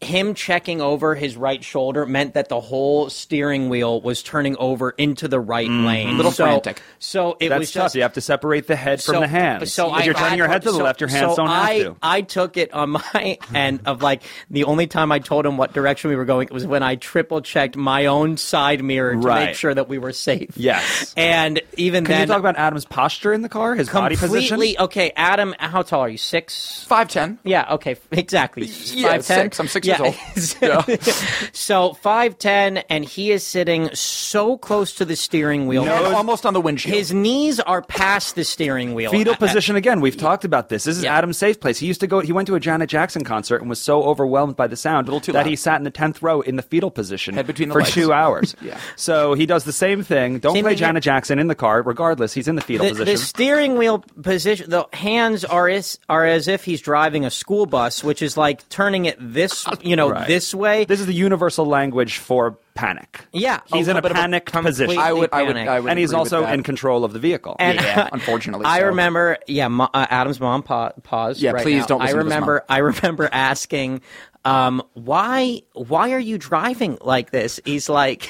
S4: him checking over his right shoulder meant that the whole steering wheel was turning over into the right lane. A
S2: little frantic.
S4: So it
S3: Mm-hmm. That's
S4: was
S3: tough.
S4: just
S3: You have to separate the head from the hands.
S4: So
S3: if
S4: I-
S3: you're turning
S4: I-
S3: your head to the
S4: so-
S3: left, your hands
S4: so
S3: don't
S4: I,
S3: have to.
S4: I took it on my end of like the only time I told him what direction we were going was when I triple checked my own side mirror to
S3: Right.
S4: make sure that we were safe.
S3: Yes.
S4: And even
S3: Can
S4: then,
S3: you talk about Adam's posture in the car, his body position?
S4: completely okay. Adam, how tall are you? Six.
S2: five ten.
S4: Yeah. Okay. f- Exactly.
S2: Yeah,
S4: five ten.
S2: six. I'm six
S4: yeah.
S2: years old. Yeah.
S4: so five ten, and he is sitting so close to the steering wheel.
S2: And almost on the windshield.
S4: His knees are past the steering wheel.
S3: Fetal
S4: Uh,
S3: position again. We've talked about this. This is
S4: Yeah.
S3: Adam's safe place. He used to go. He went to a Janet Jackson concert and was so overwhelmed by the sound
S2: too
S3: that
S2: loud.
S3: he sat in the tenth row in the fetal position
S2: Head between the
S3: for
S2: legs.
S3: two hours.
S2: Yeah.
S3: So he does the same thing. Don't
S4: Same
S3: play
S4: thing here.
S3: Janet Jackson in the car. Regardless, he's in the fetal
S4: The, the
S3: position.
S4: steering wheel position, the hands are as, are as if he's driving a school bus, which is like turning it this, you know,
S3: Right.
S4: this way.
S3: This is the universal language for panic.
S4: yeah,
S3: He's
S4: a
S3: in a
S4: little bit of
S3: panic position.
S4: complete
S2: I would- I would-
S4: panic.
S2: I would-
S3: and he's
S2: agree with
S3: also
S2: that.
S3: in control of the vehicle.
S4: And-
S2: yeah, unfortunately.
S4: I
S2: so.
S4: remember, yeah. Mo- uh, Adam's mom pa- paused.
S2: Yeah,
S4: right
S2: please
S4: now.
S2: don't listen
S4: I
S2: to this,
S4: remember.
S2: Mom.
S4: I remember asking, um, why? Why are you driving like this? He's like,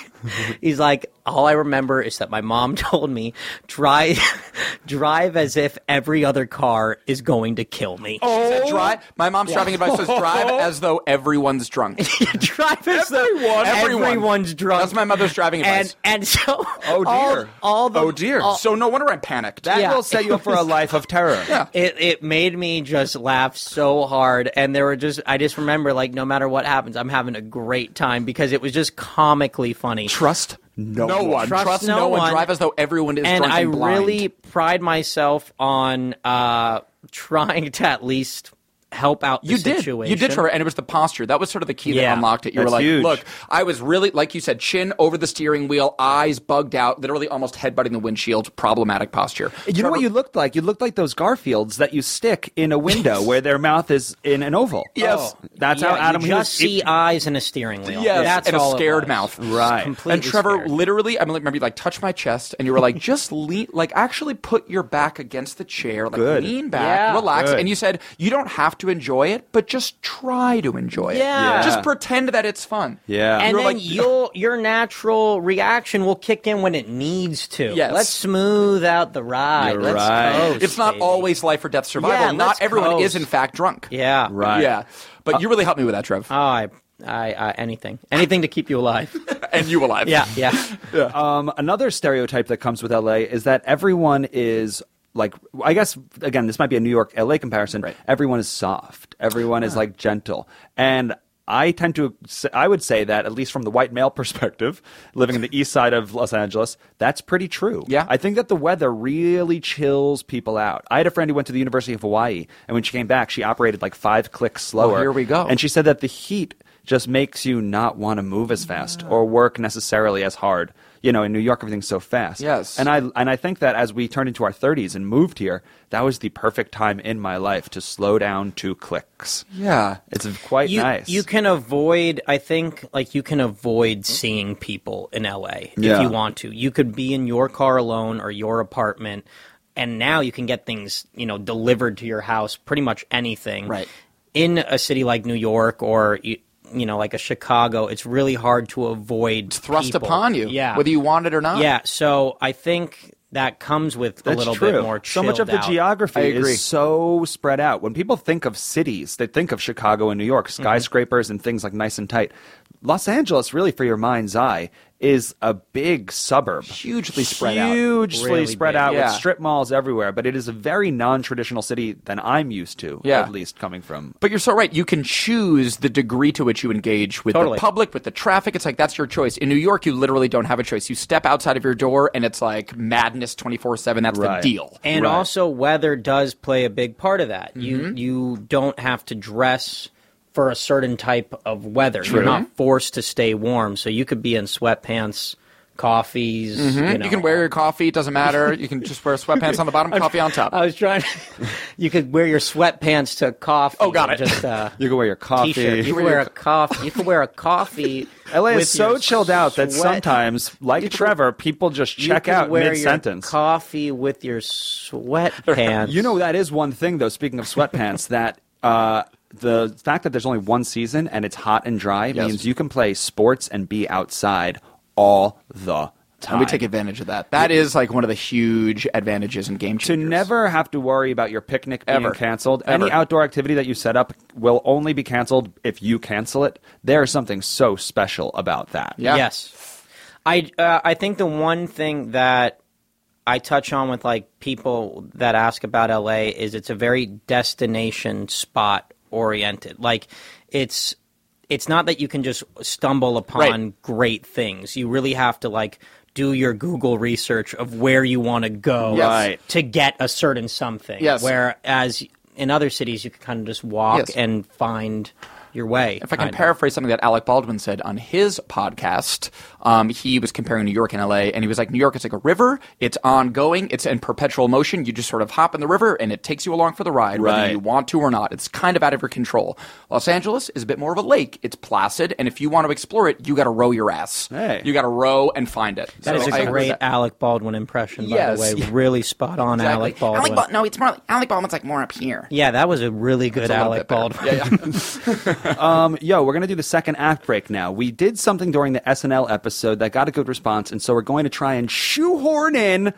S4: he's like. All I remember is that my mom told me drive, drive as if every other car is going to kill me.
S2: She said, drive. My mom's driving advice says drive as though everyone's drunk.
S4: drive as though
S2: Everyone.
S4: everyone's drunk.
S2: That's my mother's driving
S4: and
S2: advice.
S4: and so
S3: Oh,
S4: all,
S3: dear.
S4: all the
S2: oh dear.
S4: all-
S2: so no wonder I panicked.
S3: that
S4: yeah.
S3: will set you up for a life of terror.
S2: Yeah.
S4: it it made me just laugh so hard and there were just I just remember like no matter what happens I'm having a great time because it was just comically funny.
S2: Trust no, one. Trust, no, one. Drive as though everyone is
S4: and
S2: drunk
S4: I
S2: and blind.
S4: really pride myself on uh trying to at least help out the
S2: you did.
S4: situation.
S2: You did, Trevor, and it was the posture. That was sort of the key that
S4: Yeah.
S2: unlocked it. You were
S3: That's
S2: like,
S3: huge.
S2: look, I was really, like you said, chin over the steering wheel, eyes bugged out, literally almost headbutting the windshield, problematic posture.
S3: You know what you looked like? You looked like those Garfields that you stick in a window where their mouth is in an oval.
S2: Yes. Oh.
S3: that's
S4: Yeah,
S3: how Adam
S4: you
S3: Hughes-
S4: just see eyes and a steering wheel.
S2: Yes,
S4: that's
S2: and a
S4: all it
S2: scared
S4: was.
S2: mouth.
S3: Right.
S4: Completely
S2: And Trevor,
S4: scared.
S2: literally, I remember you like touch my chest, and you were like, just lean, like actually put your back against the chair, like
S3: Good.
S2: lean back,
S4: Yeah.
S2: relax.
S3: Good.
S2: And you said you don't have to enjoy it, but just try to enjoy it.
S4: Yeah.
S2: Just pretend that it's fun.
S3: Yeah.
S4: and
S2: You're
S4: then
S2: like-
S4: you'll your natural reaction will kick in when it needs to.
S2: Yes.
S4: Let's smooth out the ride.
S3: You're
S4: Let's
S3: right.
S4: coast,
S2: It's not
S4: baby.
S2: always life or death survival.
S4: Yeah,
S2: not
S4: let's
S2: everyone
S4: coast.
S2: is in fact drunk.
S4: Yeah.
S3: Right.
S2: Yeah. But you really helped me with that, Trev.
S4: Oh, I, I, I anything, anything to keep you alive.
S2: and you alive.
S4: yeah, yeah.
S3: Um, another stereotype that comes with LA is that everyone is like I guess again this might be a New York LA comparison.
S2: Right.
S3: Everyone is soft. Everyone is like gentle and. I tend to, s- I would say that at least from the white male perspective, living in the east side of Los Angeles, that's pretty true.
S2: Yeah.
S3: I think that the weather really chills people out. I had a friend who went to the University of Hawaii, and when she came back, she operated like five clicks slower.
S2: here we go.
S3: And she said that the heat just makes you not want to move as fast or work necessarily as hard. You know, in New York, everything's so fast.
S2: Yes.
S3: And I and I think that as we turned into our 30s and moved here, that was the perfect time in my life to slow down to clicks.
S2: Yeah.
S3: It's quite
S4: you,
S3: nice.
S4: You can avoid, I think, like you can avoid seeing people in LA
S3: Yeah.
S4: if you want to. You could be in your car alone or your apartment, and now you can get things, you know, delivered to your house, pretty much anything.
S2: Right.
S4: In a city like New York or, you, you know, like a Chicago, it's really hard to avoid.
S2: It's thrust
S4: people.
S2: upon you.
S4: Yeah.
S2: Whether you want it or not.
S4: yeah. So I think that comes with a
S3: That's
S4: little
S3: true.
S4: bit more
S3: So much of the
S4: chilled out.
S3: geography
S2: I agree.
S3: is so spread out. When people think of cities, they think of Chicago and New York,
S4: Mm-hmm.
S3: skyscrapers and things like nice and tight. Los Angeles, really, for your mind's eye, is a big suburb.
S2: Hugely spread out.
S3: Hugely
S4: Really
S3: spread
S4: big.
S3: out
S2: Yeah.
S3: with strip malls everywhere, but it is a very non traditional city than I'm used to,
S2: Yeah.
S3: at least coming from.
S2: But you're so right. You can choose the degree to which you engage with
S4: Totally.
S2: the public, with the traffic. It's like that's your choice. In New York, you literally don't have a choice. You step outside of your door, and it's like madness, twenty four seven. That's
S3: Right.
S2: the deal.
S4: And
S3: Right. Mm-hmm.
S4: also, weather does play a big part of that. You you don't have to dress for a certain type of weather. You're not forced to stay warm, so you could be in sweatpants, coffees.
S3: Mm-hmm.
S4: You, know.
S2: You can wear your coffee. It doesn't matter. You can just wear sweatpants on the bottom, coffee on top.
S4: I was trying. you could wear your sweatpants to coffee.
S2: Oh, got
S4: and
S2: it.
S4: Just uh,
S3: You can wear your coffee.
S4: T-shirt. You could wear a coffee. You could wear a coffee.
S3: LA is
S4: with
S3: so
S4: your
S3: chilled out that
S4: sweat-
S3: sometimes, like Trevor, people just
S4: you
S3: check
S4: could
S3: out
S4: wear your
S3: mid sentence.
S4: Coffee with your sweatpants.
S3: You know, that is one thing, though. Speaking of sweatpants, that uh, the fact that there's only one season and it's hot and dry
S2: Yes.
S3: means you can play sports and be outside all the time.
S2: and we take advantage of that. That is like one of the huge advantages in game
S3: to
S2: changers.
S3: never have to worry about your picnic being
S2: Ever.
S3: canceled.
S2: Ever.
S3: Any outdoor activity that you set up will only be canceled if you cancel it. There's something so special about that.
S2: Yeah.
S4: Yes. I uh, I think the one thing that I touch on with like people that ask about LA is it's a very destination spot oriented. Like it's it's not that you can just stumble upon
S2: Right.
S4: great things. You really have to like do your Google research of where you want to go
S2: Yes.
S3: Right.
S4: to get a certain something.
S2: Yes.
S4: Whereas in other cities you can kind of just walk
S2: Yes.
S4: and find your way.
S2: If I can
S4: kind of.
S2: paraphrase something that Alec Baldwin said on his podcast, um, he was comparing New York and LA, and he was like, New York is like a river. It's ongoing, it's in perpetual motion. You just sort of hop in the river, and it takes you along for the ride,
S3: Right.
S2: whether you want to or not. It's kind of out of your control. Los Angeles is a bit more of a lake. It's placid, and if you want to explore it, you got to row your ass.
S3: Hey.
S2: You got to row and find it.
S4: That is
S2: So I
S4: a
S2: agree with
S4: great
S2: that.
S4: Alec Baldwin impression, by
S2: Yes.
S4: the way. Really spot on,
S2: Exactly.
S4: Alec Baldwin.
S2: Alec Bal- no, it's more like Alec Baldwin's like more up here.
S4: yeah, that was a really
S2: It's
S4: good
S2: a little
S4: Alec
S2: bit better.
S4: Baldwin.
S2: Yeah, yeah.
S3: Um, yo, we're going to do the second act break now. We did something during the SNL episode that got a good response, and so we're going to try and shoehorn in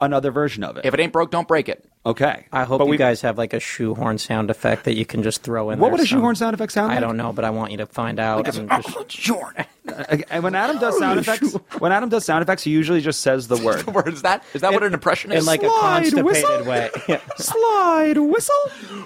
S3: another version of it.
S2: if it ain't broke, don't break it.
S3: okay.
S4: I hope
S3: But
S4: you
S3: we-
S4: guys have like a shoehorn sound effect that you can just throw in.
S3: What
S4: there
S3: would a
S4: some-
S3: shoehorn sound effect sound
S4: I
S3: like?
S4: don't know, but I want you to find out. and just-
S2: Jordan.
S3: Okay, And when Adam does
S4: Oh,
S3: sound effects, when Adam does sound effects, he usually just says the word.
S2: Where is that? Is that what an impression is?
S4: in like a
S3: Slide
S4: constipated
S3: whistle?
S4: way. Yeah.
S3: Slide whistle.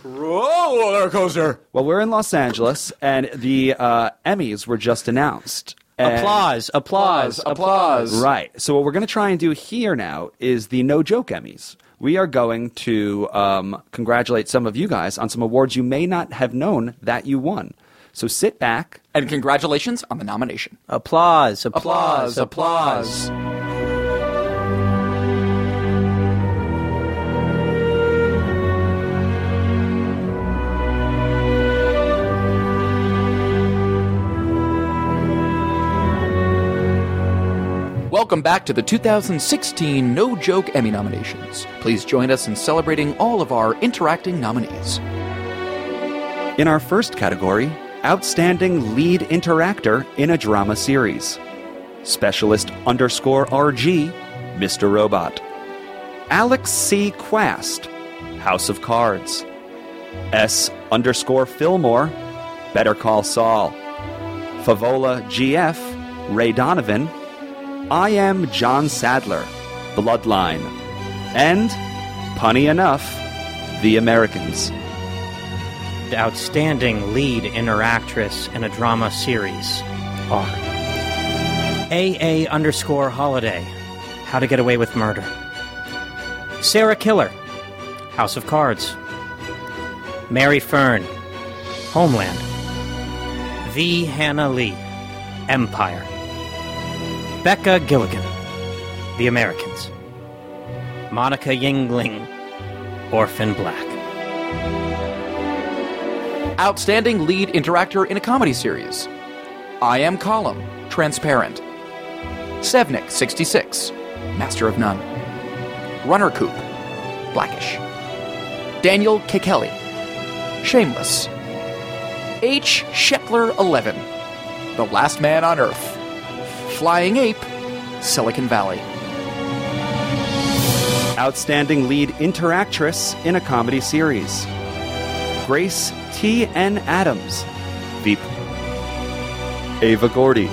S2: roller coaster.
S3: Well, we're in Los Angeles, and the uh, Emmys were just announced. And-
S4: applause, applause,
S2: Applause.
S3: Right. So what we're going to try and do here now is the no joke Emmys. We are going to um, congratulate some of you guys on some awards you may not have known that you won. So sit back.
S2: And congratulations on the nomination.
S4: applause, applause, applause.
S2: Welcome back to the 2016 No Joke Emmy nominations. Please join us in celebrating all of our interacting nominees.
S3: In our first category, Outstanding Lead Interactor in a Drama Series. Specialist underscore RG, Mr. Robot. Alex C. Quast, House of Cards. S underscore Fillmore, Better Call Saul. Favola GF, Ray Donovan. I am John Sadler, Bloodline. And, punny enough, The Americans.
S4: Outstanding lead interactress in a drama series.
S3: Oh,
S4: AA underscore holiday. How to get away with murder. Sarah Killer. House of Cards. Mary Fern. Homeland. The Hannah Lee. Empire. Becca Gilligan. The Americans. Monica Yingling. Orphan Black.
S2: Outstanding lead interactor in a comedy series. I am Column, Transparent. Sevnik, 66, Master of None. Runner Coop, Blackish. Daniel Kikeli, Shameless. H. Sheckler, 11, The Last Man on Earth. Flying Ape, Silicon Valley.
S3: Outstanding Lead Interactress in a Comedy Series. Grace T.N. Adams, Veep. Ava Gordy,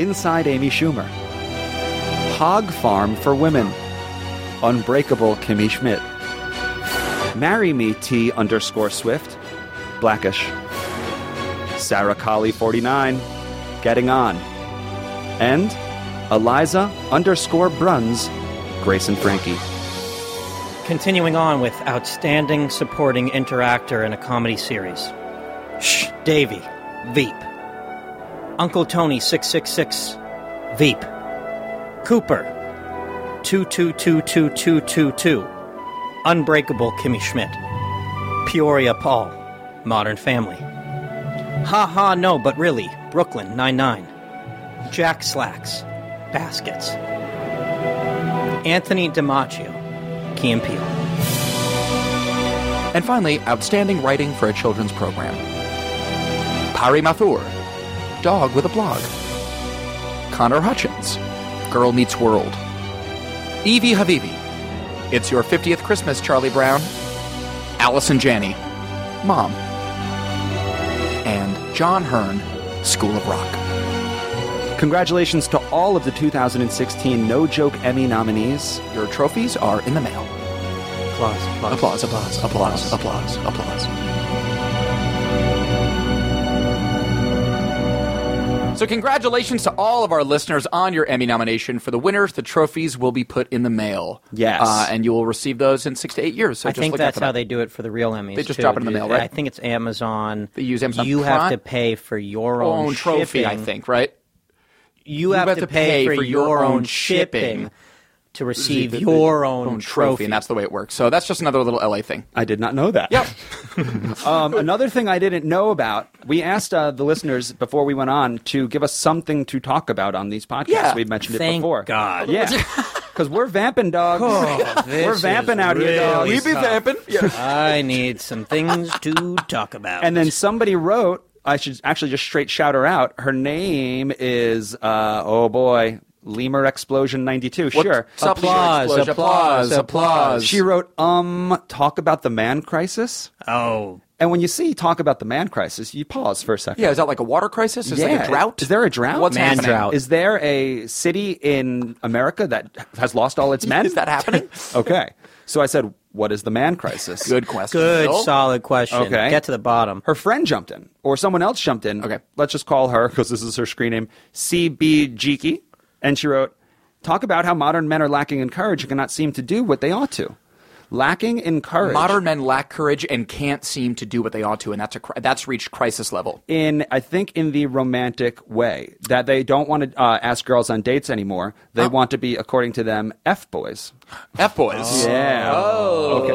S3: Inside Amy Schumer. Hog Farm for Women, Unbreakable Kimmy Schmidt. Marry Me T underscore Swift, Blackish. Sarah Colley 49, Getting On. And Eliza underscore Bruns, Grace and Frankie.
S4: Continuing on with Outstanding Supporting Interactor in a Comedy Series. Shh, Davy, Veep. Uncle Tony 666, Veep. Cooper, 2222222, Unbreakable Kimmy Schmidt. Peoria Paul, Modern Family. Ha ha, no, but really, Brooklyn 99. Jack Slacks, Baskets. Anthony DiMaggio, Key and Peele.
S2: And finally, outstanding writing for a children's program. Pari Mathur, Dog with a Blog. Connor Hutchins, Girl Meets World. Evie Havivi, It's Your 50th Christmas, Charlie Brown. Allison Janney, Mom. And John Hearn, School of Rock.
S3: Congratulations to all of the 2016 No Joke Emmy nominees.
S2: Your trophies are in the mail.
S4: Applause, applause.
S2: Applause, applause, applause, applause, applause. So, congratulations to all of our listeners on your Emmy nomination. For the winners, the trophies will be put in the mail.
S3: Yes.
S2: Uh, and you will receive those in six to eight years. So
S4: I
S2: just
S4: think
S2: look out
S4: that's
S2: for that.
S4: how they do it for the real Emmys.
S2: They just
S4: too.
S2: drop it in the mail, right?
S4: I think it's Amazon.
S2: They use Amazon
S4: You
S2: Prime?
S4: have to pay for your own,
S2: own trophy, I
S4: shipping.
S2: think, right?
S4: You, have, to pay, for, your own shipping to receive your own, trophy.
S2: and that's the way it works. So that's just another little LA thing.
S3: I did not know that.
S2: Yep.
S3: um, another thing I didn't know about, we asked uh, the listeners before we went on to give us something to talk about on these podcasts.
S2: Yeah.
S3: We've mentioned it
S4: Thank
S3: before.
S4: God.
S3: Yeah. Because we're vamping, dogs.
S4: Oh, this
S3: we're vamping
S4: is
S3: out here, dogs.
S4: really
S2: we be
S4: tough.
S2: vamping. Yeah.
S4: I need some things to talk about.
S3: And then somebody wrote, I should actually just straight shout her out. Her name is, uh, oh boy, Lemur Explosion 92. Sure.
S2: What's up,
S4: Applause,
S2: Leader Explosion?
S4: applause, applause.
S3: She wrote, um, talk about the man crisis.
S4: oh,
S3: And when you see talk about the man crisis, you pause for a second.
S2: Yeah, is that like a water crisis? Is it like
S3: Yeah.
S2: a drought?
S3: Is there a drought?
S2: What's
S4: Man
S2: happening?
S4: drought.
S3: Is there a city in America that has lost all its men?
S2: Is that happening?
S3: okay. So I said, what is the man crisis?
S2: Good question.
S4: good,
S2: Bill.
S4: solid question.
S3: Okay.
S4: Get to the bottom.
S3: Her friend jumped in, or someone else jumped in.
S2: Okay.
S3: Let's just call her, because this is her screen name, CB Jiki. E. And she wrote, Talk about how modern men are lacking in courage and cannot seem to do what they ought to. Lacking in courage.
S2: Modern men lack courage and can't seem to do what they ought to, and that's a cri- that's reached crisis level.
S3: in I think in the romantic way
S4: Oh.
S3: that they don't want to uh, ask girls on dates anymore. They want to be according to them f boys.
S2: F Boys.
S3: Yeah.
S2: Oh.
S3: Okay.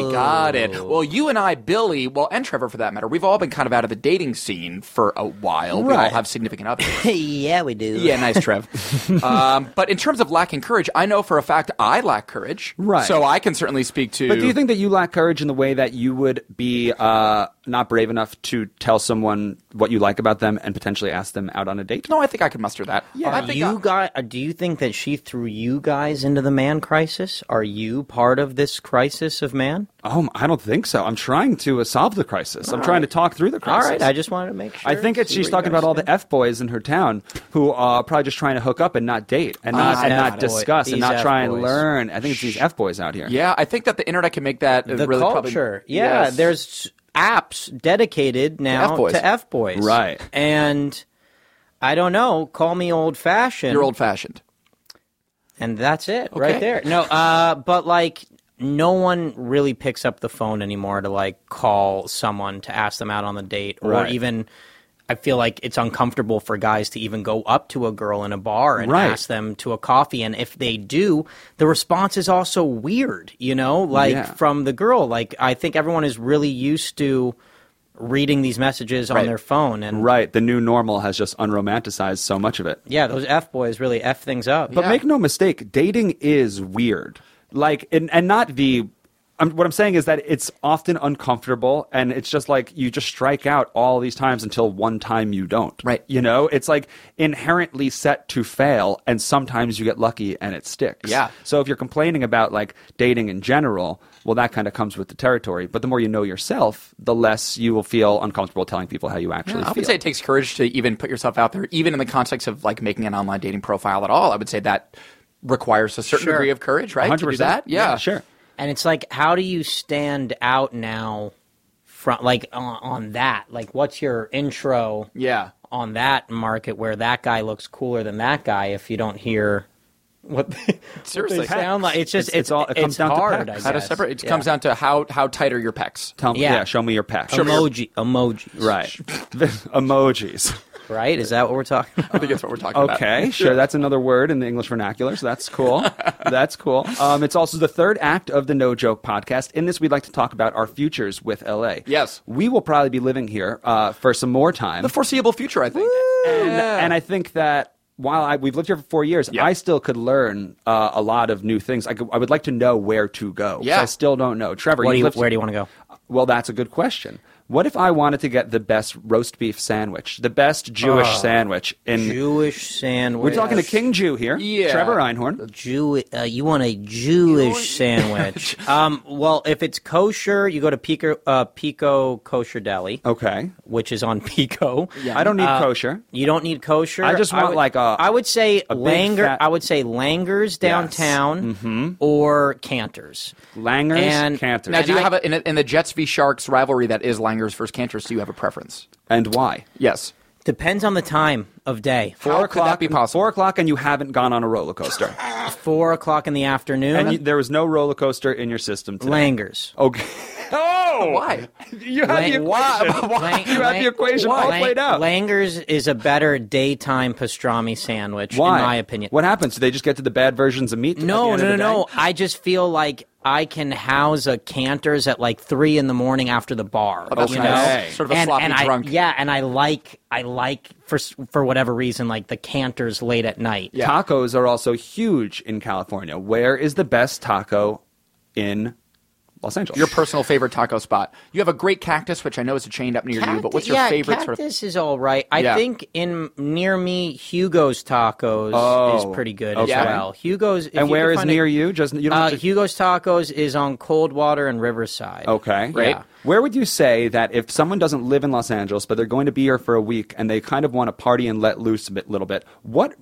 S2: Okay. Got it. Well, you and I, Billy, well, and Trevor for that matter, we've all been kind of out of the dating scene for a while. We all
S3: Right.
S2: have significant others.
S4: yeah, we do.
S2: Yeah, nice, Trev. um, but in terms of lacking courage, I know for a fact I lack courage.
S3: Right.
S2: So I can certainly speak to.
S3: But do you think that you lack courage in the way that you would be uh, not brave enough to tell someone what you like about them and potentially ask them out on a date?
S2: No, I think I can muster that. Yeah. I
S4: Are
S2: think
S4: you
S2: I-
S4: guy? uh, Do you think that she threw you guys into the man crisis? Are you part of this crisis of man?
S3: Oh, m- I don't think so. I'm trying to uh, solve the crisis. I'm trying to talk through the
S4: All
S3: crisis.
S4: right, I just wanted to make sure.
S3: I think it's
S4: see
S3: she's
S4: where you
S3: talking
S4: guys
S3: about all
S4: stand.
S3: the f boys in her town who are probably just trying to hook up and not date and not
S4: These
S3: and not
S4: F-boy-
S3: discuss
S4: these
S3: and not try
S4: F-boys.
S3: and learn. I think it's these f boys out here.
S2: yeah, I think that the internet can make that uh,
S4: the
S2: really probably-
S4: culture. yeah,
S2: Yes.
S4: there's apps dedicated now
S2: F-boys.
S4: to F boys.
S3: Right.
S4: And I don't know. Call me old fashioned.
S2: You're old fashioned.
S4: and that's it
S2: Okay.
S4: right there. No, uh, but like no one really picks up the phone anymore to like call someone to ask them out on the date or
S3: Right.
S4: even. I feel like it's uncomfortable for guys to even go up to a girl in a bar and
S3: Right.
S4: ask them to a coffee. And if they do, the response is also weird, you know, like
S3: Yeah.
S4: from the girl. Like, I think everyone is really used to reading these messages on
S2: Right.
S4: their phone. And
S3: Right. The new normal has just unromanticized so much of it.
S4: yeah, those F boys really F things up.
S3: But make no mistake, dating is weird. Like, and, and not the. I'm, what I'm saying is that it's often uncomfortable, and it's just like you just strike out all these times until one time you don't.
S2: Right.
S3: You know, it's like inherently set to fail, and sometimes you get lucky and it sticks.
S2: Yeah.
S3: So if you're complaining about like dating in general, well, that kind of comes with the territory. But the more you know yourself, the less you will feel uncomfortable telling people how you
S2: I
S3: actually feel.
S2: would say it takes courage to even put yourself out there, even in the context of like making an online dating profile at all. I would say that requires a certain
S4: Sure.
S2: degree of courage, right? To do
S3: 100%.
S2: that, yeah.
S3: sure.
S4: And it's like, how do you stand out now from like on, on that? Like, what's your intro
S2: Yeah.
S4: on that market where that guy looks cooler than that guy if you don't hear what they,
S2: Seriously.
S4: what they sound like? It's just,
S3: It's- it's all- it comes down to
S4: hard,
S3: pecs.
S4: I
S2: How to
S4: guess.
S2: separate? It
S4: Yeah.
S2: comes down to how how tight are your pecs?
S3: Tell me,
S4: Yeah.
S3: yeah. show me your pack.
S4: emoji, emojis.
S3: Right. Emojis.
S4: Right? Is that what we're talking
S2: I
S4: about?
S2: think that's what we're talking about.
S3: Okay, sure. That's another word in the English vernacular, so that's cool. that's cool. Um, it's also the third act of the No Joke podcast. In this, we'd like to talk about our futures with LA.
S2: Yes.
S3: We will probably be living here uh, for some more time.
S2: The foreseeable future, I think.
S3: and, and I think that while I, we've lived here for four years,
S2: Yeah.
S3: I still could learn uh, a lot of new things. I, could, I would like to know where to go. 'cause
S2: Yeah.
S3: I still don't know. Trevor,
S4: What
S3: you
S4: do you,
S3: lived-
S4: where do you want to go?
S3: well, that's a good question. What if I wanted to get the best roast beef sandwich, the best Jewish
S4: Ah,
S3: sandwich in?
S4: Jewish sandwich.
S3: We're talking to King Jew here,
S2: Yeah.
S3: Trevor Einhorn.
S4: Jew, uh, you want a Jewish sandwich? um, well, if it's kosher, you go to Pico, uh, Pico Kosher Deli,
S3: Okay,
S4: which is on Pico.
S3: I don't need
S4: Uh,
S3: kosher.
S4: You don't need kosher.
S3: I just want,
S4: would-
S3: like, a-
S4: I would say
S3: big
S4: Langer.
S3: fat- Mm-hmm.
S4: I would say Langer's downtown or Cantor's.
S3: Langers,
S4: And-
S3: Cantor,
S2: Now, do you
S4: I-
S2: have a, in, a, in the Jets v Sharks rivalry that is Langers versus Cantors? Do you have a preference?
S3: and why?
S2: Yes.
S4: Depends on the time of day. Four,
S2: How could that be possible?
S3: Four o'clock, and you haven't gone on a roller coaster,
S4: four o'clock in the afternoon.
S3: and you, there was no roller coaster in your system today.
S4: Langer's.
S3: Okay. Oh,
S2: Why?
S3: You had the
S4: Lang-
S3: equation.
S4: Lang-
S3: You have
S4: Lang-
S3: the equation all
S4: Lang-
S3: played out.
S4: Langer's is a better daytime pastrami sandwich,
S3: Why?
S4: in my opinion.
S3: What happens? Do they just get to the bad versions of meat? at the
S4: No,
S3: end
S4: no, no,
S3: of the
S4: no.
S3: day?
S4: I just feel like I can house a Cantor's at like three in the morning after the
S3: Oh,
S4: bar.
S2: that's
S4: you
S2: nice.
S4: know?
S2: Sort of a
S4: and,
S2: sloppy
S4: and
S2: drunk.
S4: I, yeah, and I like, I like for s- for whatever reason, like the Cantor's late at night.
S2: Yeah.
S3: Tacos are also huge in California. Where is the best taco in Los Angeles?
S2: Your personal favorite taco spot? You have a great cactus, which I know is a chain up near you. But what's your
S4: yeah,
S2: favorite
S4: Cactus
S2: sort of?
S4: is all right. I
S2: Yeah.
S4: think in near me, Hugo's Tacos
S3: Oh,
S4: is pretty good
S3: okay.
S4: as well. Hugo's if
S3: and
S4: you
S3: where
S4: can
S3: is
S4: find a-
S3: near you? Just you don't
S4: Uh,
S3: have to-
S4: Hugo's Tacos is on Coldwater and Riverside.
S3: Okay.
S2: Right.
S4: Yeah.
S3: Where would you say that if someone doesn't live in Los Angeles, but they're going to be here for a week and they kind of want to party and let loose a bit, little bit, what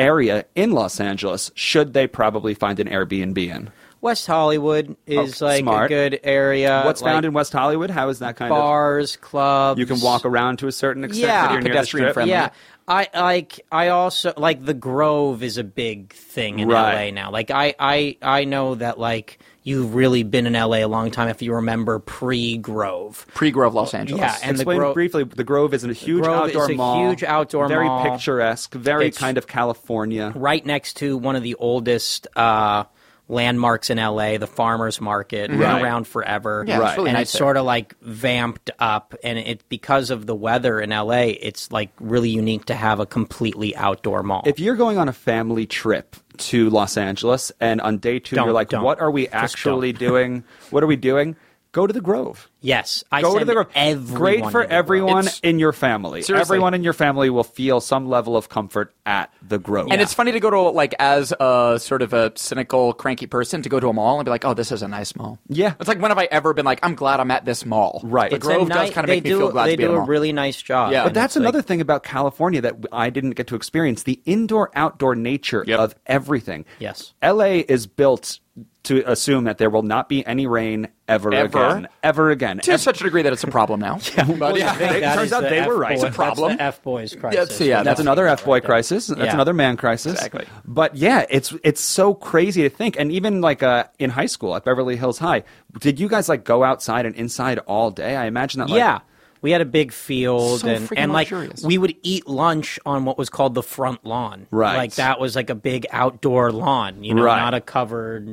S3: area in Los Angeles should they probably find an Airbnb in?
S4: West Hollywood is
S3: Okay,
S4: like
S3: Oh, smart.
S4: a good area.
S3: What's
S4: Uh, like
S3: found in West Hollywood? How is that kind
S4: bars, clubs?
S3: of? You can walk around to a certain extent.
S4: Yeah.
S3: if you're near the
S2: Pedestrian
S3: strip.
S2: friendly.
S4: Yeah, I like. I also like the Grove is a big thing in
S3: Right.
S4: LA now. Like I, I, I know that like you've really been in LA a long time if you remember pre Grove.
S2: Pre Grove, Los Angeles.
S4: Yeah, and the
S3: Explain
S4: Gro-
S3: briefly. The Grove is a huge
S4: Grove
S3: outdoor
S4: is a
S3: mall.
S4: huge outdoor
S3: very
S4: mall.
S3: picturesque, very
S4: It's-
S3: kind of California.
S4: Right next to one of the oldest uh, landmarks in LA, the farmers market, been
S3: Right.
S4: around forever.
S2: Yeah, it's Right. really
S4: and
S2: nice
S4: it's
S2: there.
S4: sort of like vamped up and it because of the weather in LA, it's like really unique to have a completely outdoor mall.
S3: If you're going on a family trip to Los Angeles and on day 2
S4: Don't,
S3: you're like,
S4: don't.
S3: what are we
S4: Just
S3: actually doing? What are we doing? Go to the Grove.
S4: yes, I
S3: Go to
S4: send
S3: the Grove.
S4: everyone
S3: Great
S4: to
S3: for
S4: the Grove.
S3: everyone
S2: It's-
S3: in your family.
S2: Seriously.
S3: Everyone in your family will feel some level of comfort at the Grove.
S2: And it's funny to go to like as a sort of a cynical, cranky person to go to a mall and be like, "Oh, this is a nice mall."
S3: Yeah.
S2: it's like when have I ever been like, "I'm glad I'm at this mall."
S3: Right.
S2: The
S3: It's
S4: It's a
S2: Grove does
S4: nice-
S2: kind of
S4: they
S2: make me
S4: do-
S2: feel glad
S4: they
S2: to be
S4: do
S2: at a
S4: a
S2: mall.
S4: really nice job.
S2: Yeah.
S4: and
S3: But that's
S4: it's like-
S3: another thing about California that w- I didn't get to experience the indoor outdoor nature
S2: Yep.
S3: of everything.
S4: Yes.
S3: LA is built to assume that there will not be any rain ever,
S2: Ever.
S3: again. Ever again.
S2: to such a degree that it's a problem now. yeah. But yeah,
S3: It
S4: That
S3: turns
S4: is
S3: out
S4: the
S3: they
S4: F
S3: were right.
S4: boy-
S3: It's a
S4: that's
S2: problem.
S4: the F boys crisis.
S2: That's- yeah,
S3: that's
S2: that's
S3: another F boy
S4: right there.
S3: crisis. That's
S4: Yeah.
S3: another man crisis.
S2: Exactly.
S3: But yeah, it's it's so crazy to think. And even like uh, in high school at Beverly Hills High, did you guys like go outside and inside all day? I imagine that. Like,
S4: yeah. We had a big field
S2: So
S4: and,
S2: freaking
S4: and like
S2: luxurious.
S4: we would eat lunch on what was called the front lawn.
S3: Right.
S4: Like that was like a big outdoor lawn, you know,
S3: Right.
S4: not a covered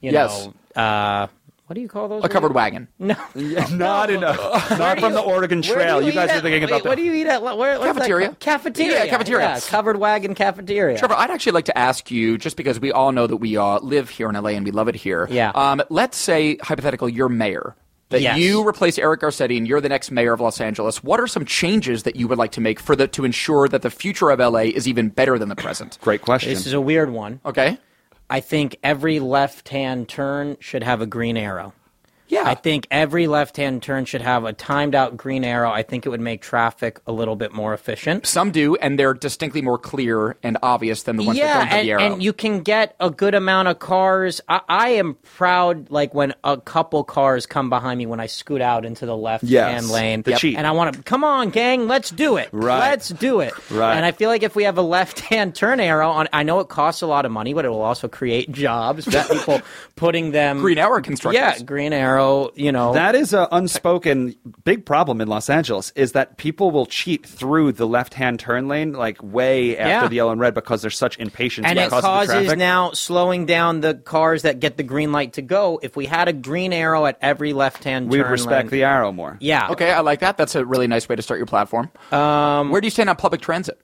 S4: you
S2: Yes.
S4: know uh what do you call those?
S2: a covered wagon.
S4: No.
S3: not enough. Not from the Oregon Trail. You guys are thinking about
S4: What do
S3: that.
S4: you eat at where, where's that
S2: Cafeteria.
S4: called? Cafeteria.
S2: Yeah, cafeteria.
S4: Yeah, covered wagon cafeteria.
S2: Trevor, I'd actually like to ask you, just because we all know that we uh, live here in LA and we love it here.
S4: Yeah.
S2: Um, let's say, hypothetical, you're mayor. That
S4: Yes.
S2: you replace Eric Garcetti and you're the next mayor of Los Angeles. What are some changes that you would like to make for the to ensure that the future of LA is even better than the present?
S3: Great question.
S4: This is a weird one.
S2: Okay.
S4: I think every left hand turn should have a green arrow.
S2: Yeah.
S4: I think every left hand turn should have a timed out green arrow. I think it would make traffic a little bit more efficient.
S2: Some do, and they're distinctly more clear and obvious than the ones that
S4: yeah,
S2: don't have
S4: and,
S2: the arrow.
S4: and you can get a good amount of cars. I, I am proud, like when a couple cars come behind me when I scoot out into the left
S3: Yes,
S4: hand lane,
S3: the cheat.
S4: and I want to come on, gang, let's do it,
S3: Right.
S4: Let's do it,
S3: Right.
S4: And I feel like if we have a left hand turn arrow on, I know it costs a lot of money, but it will also create jobs. for people putting them
S2: Green arrow constructors.
S4: yeah, green arrow, you know,
S3: That is an unspoken big problem in Los Angeles is that people will cheat through the left-hand turn lane like way after
S4: Yeah.
S3: the yellow and red because there's such impatience
S4: and it
S3: because of the
S4: causes
S3: traffic.
S4: now slowing down the cars that get the green light to go. If we had a green arrow at every left hand,
S3: we respect
S4: lane,
S3: the arrow more.
S4: yeah.
S2: Okay, I like that. That's a really nice way to start your platform. Um, Where do you stand on public transit?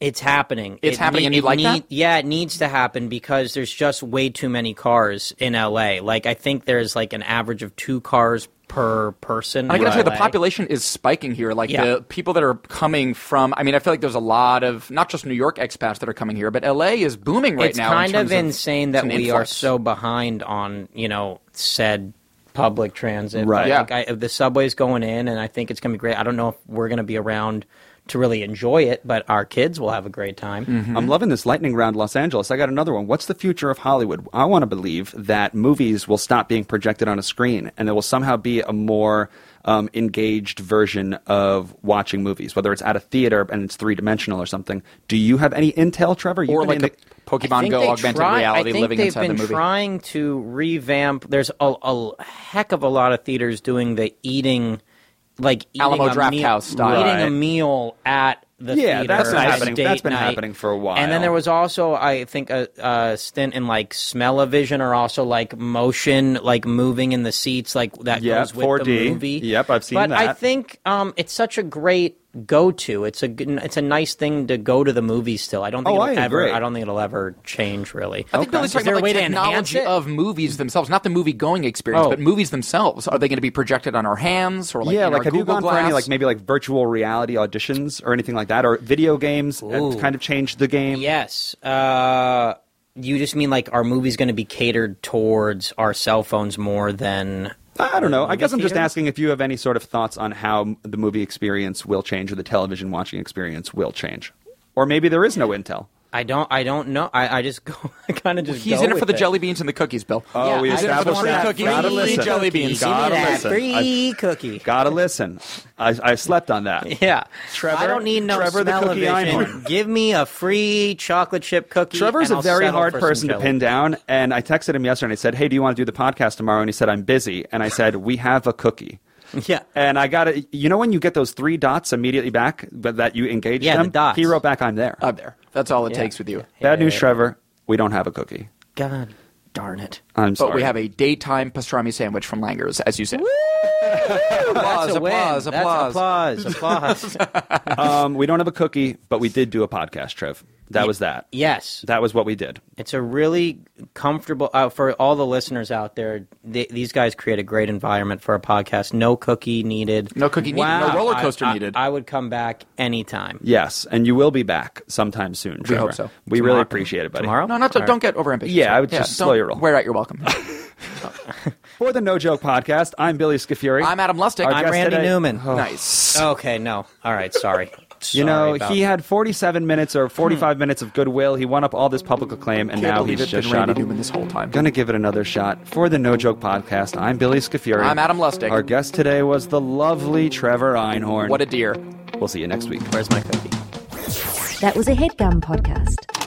S4: It's happening.
S2: It's happening and you
S4: it
S2: like that?
S4: Yeah, it needs to happen because there's just way too many cars in LA. Like I think there's like an average of two cars per person.
S2: I
S4: in
S2: gotta tell you, the
S4: LA.
S2: population is spiking here. Like
S4: Yeah.
S2: the people that are coming from, I mean, I feel like there's a lot of not just New York expats that are coming here, but LA is booming right
S4: it's
S2: now. in
S4: kind
S2: terms
S4: of insane that
S2: it's
S4: we
S2: an
S4: are
S2: influx.
S4: so behind on you know said public transit.
S3: Right.
S4: But,
S2: Yeah.
S4: Like I, the subway's going in, and I think it's going to be great. I don't know if we're going to be around to really enjoy it, but our kids will have a great time.
S2: Mm-hmm.
S3: I'm loving this lightning round, Los Angeles. I got another one. What's the future of Hollywood? I want to believe that movies will stop being projected on a screen, and there will somehow be a more um, engaged version of watching movies, whether it's at a theater and it's three dimensional or something. Do you have any intel, Trevor? You've
S2: or like
S3: been in
S2: a
S3: the-
S4: I
S2: Pokemon
S4: think
S2: Go
S4: they
S2: augmented
S4: try-
S2: reality
S4: I think
S2: living
S4: they've
S2: inside
S4: been
S2: the movie.
S4: trying to revamp. There's a, a heck of a lot of theaters doing the eating, like eating
S2: Alamo
S4: a
S2: Drafthouse
S4: meal,
S2: style.
S4: eating
S3: Right.
S4: a meal at the
S3: Yeah,
S4: theater.
S3: that's been
S4: as
S3: happening-
S4: date
S3: that's been
S4: night.
S3: happening for a
S4: And
S3: while.
S4: then there was also, I think, a, a stint in like smell-o-vision or also like motion, like moving in the seats, like that
S3: Yep,
S4: goes with
S3: 4D.
S4: the movie.
S3: Yep, I've seen
S4: but I
S3: that.
S4: think um, it's such a great go-to. It's a good, it's a nice thing to go to the movies. Still, I don't think
S3: Oh,
S4: it'll
S3: I
S4: ever.
S3: agree.
S4: I don't think it'll ever change really.
S2: I think Billy's
S4: Is
S2: talking
S4: there a
S2: about like,
S4: way to enhance
S2: technology
S4: it?
S2: of movies themselves, not the movie going experience,
S4: Oh.
S2: but movies themselves. Are they going to be projected on our hands or like
S3: yeah,
S2: in
S3: like
S2: our
S3: have
S2: Google
S3: you gone
S2: Glass?
S3: for any like maybe like virtual reality auditions or anything like that, or video games and
S4: Ooh.
S3: kind of changed the game?
S4: Yes. Uh, you just mean like our movie's going to be catered towards our cell phones more than
S3: I don't know. I
S4: Movie
S3: guess I'm just
S4: theater?
S3: asking if you have any sort of thoughts on how m- the movie experience will change or the television watching experience will change, or maybe there is no intel.
S4: I don't. I don't know. I, I just go. I kind of just.
S2: He's
S4: go
S2: in it
S4: with
S2: for the jelly beans and the cookies, Bill.
S3: Oh, we
S4: I just
S3: established
S4: want
S3: that.
S4: Free
S3: Gotta listen.
S2: jelly beans.
S4: Give me
S3: Gotta
S4: that
S3: listen.
S4: free cookie.
S3: Gotta listen. I, I slept on that.
S4: Yeah,
S3: Trevor-
S4: I don't need no
S3: Trevor the cookie
S4: smell-o-vision.
S3: Einhorn.
S4: Give me a free chocolate chip cookie.
S3: Trevor's a
S4: and I'll
S3: very
S4: settle
S3: hard
S4: for some
S3: person to
S4: jelly.
S3: pin down, and I texted him yesterday and I said, "Hey, do you want to do the podcast tomorrow?" And he said, "I'm busy." And I said, "We have a cookie."
S4: Yeah.
S3: And I got it. You know when you get those three dots immediately back, but that you engage
S4: Yeah, the
S3: them.
S4: dots.
S3: He wrote back, "I'm there."
S2: I'm there. That's all it takes with you.
S3: Bad news, Trevor. We don't have a cookie.
S4: God Darn it.
S3: I'm
S2: But
S3: sorry.
S2: we have a daytime pastrami sandwich from Langer's, as you said.
S4: That's
S2: applause,
S4: a win.
S2: applause,
S4: That's
S2: applause.
S4: applause, applause.
S3: um, we don't have a cookie, but we did do a podcast, Trev. That was that.
S4: yes.
S3: That was what we did.
S4: It's a really comfortable uh, for all the listeners out there. Th these guys create a great environment for a podcast. No cookie needed.
S2: No cookie needed, no
S4: Wow.
S2: roller coaster
S4: I- I-
S2: needed.
S4: I, would come back anytime.
S3: Yes, and you will be back sometime soon. Trevor.
S2: hope so.
S3: We really appreciate it, buddy.
S4: Tomorrow?
S2: no, not to,
S4: All right.
S2: don't get over ambitious.
S3: Yeah, I would just slow
S2: don't-
S3: your roll.
S2: Wear out your welcome.
S3: For the No Joke Podcast, I'm Billy Scafuri.
S2: I'm Adam Lustig.
S3: Our
S2: I'm
S3: guest
S4: Randy
S3: today-
S4: Newman.
S2: Oh. nice.
S3: Oh,
S4: Okay, no. All right, sorry.
S3: You know, he
S4: had
S3: had 47 minutes or 45 minutes of goodwill. He won up all this public acclaim, and
S2: Can't
S3: now
S2: believe
S3: he's
S2: it's
S3: just
S2: been
S3: shot
S2: Randy
S3: up.
S2: Newman this whole time.
S3: Gonna give it another shot for the No Joke Podcast. I'm Billy Scafuri.
S2: I'm Adam Lustig.
S3: Our guest today was the lovely Trevor Einhorn.
S2: What a dear.
S3: We'll see you next week.
S4: Where's my cookie?
S1: That was a headgum podcast.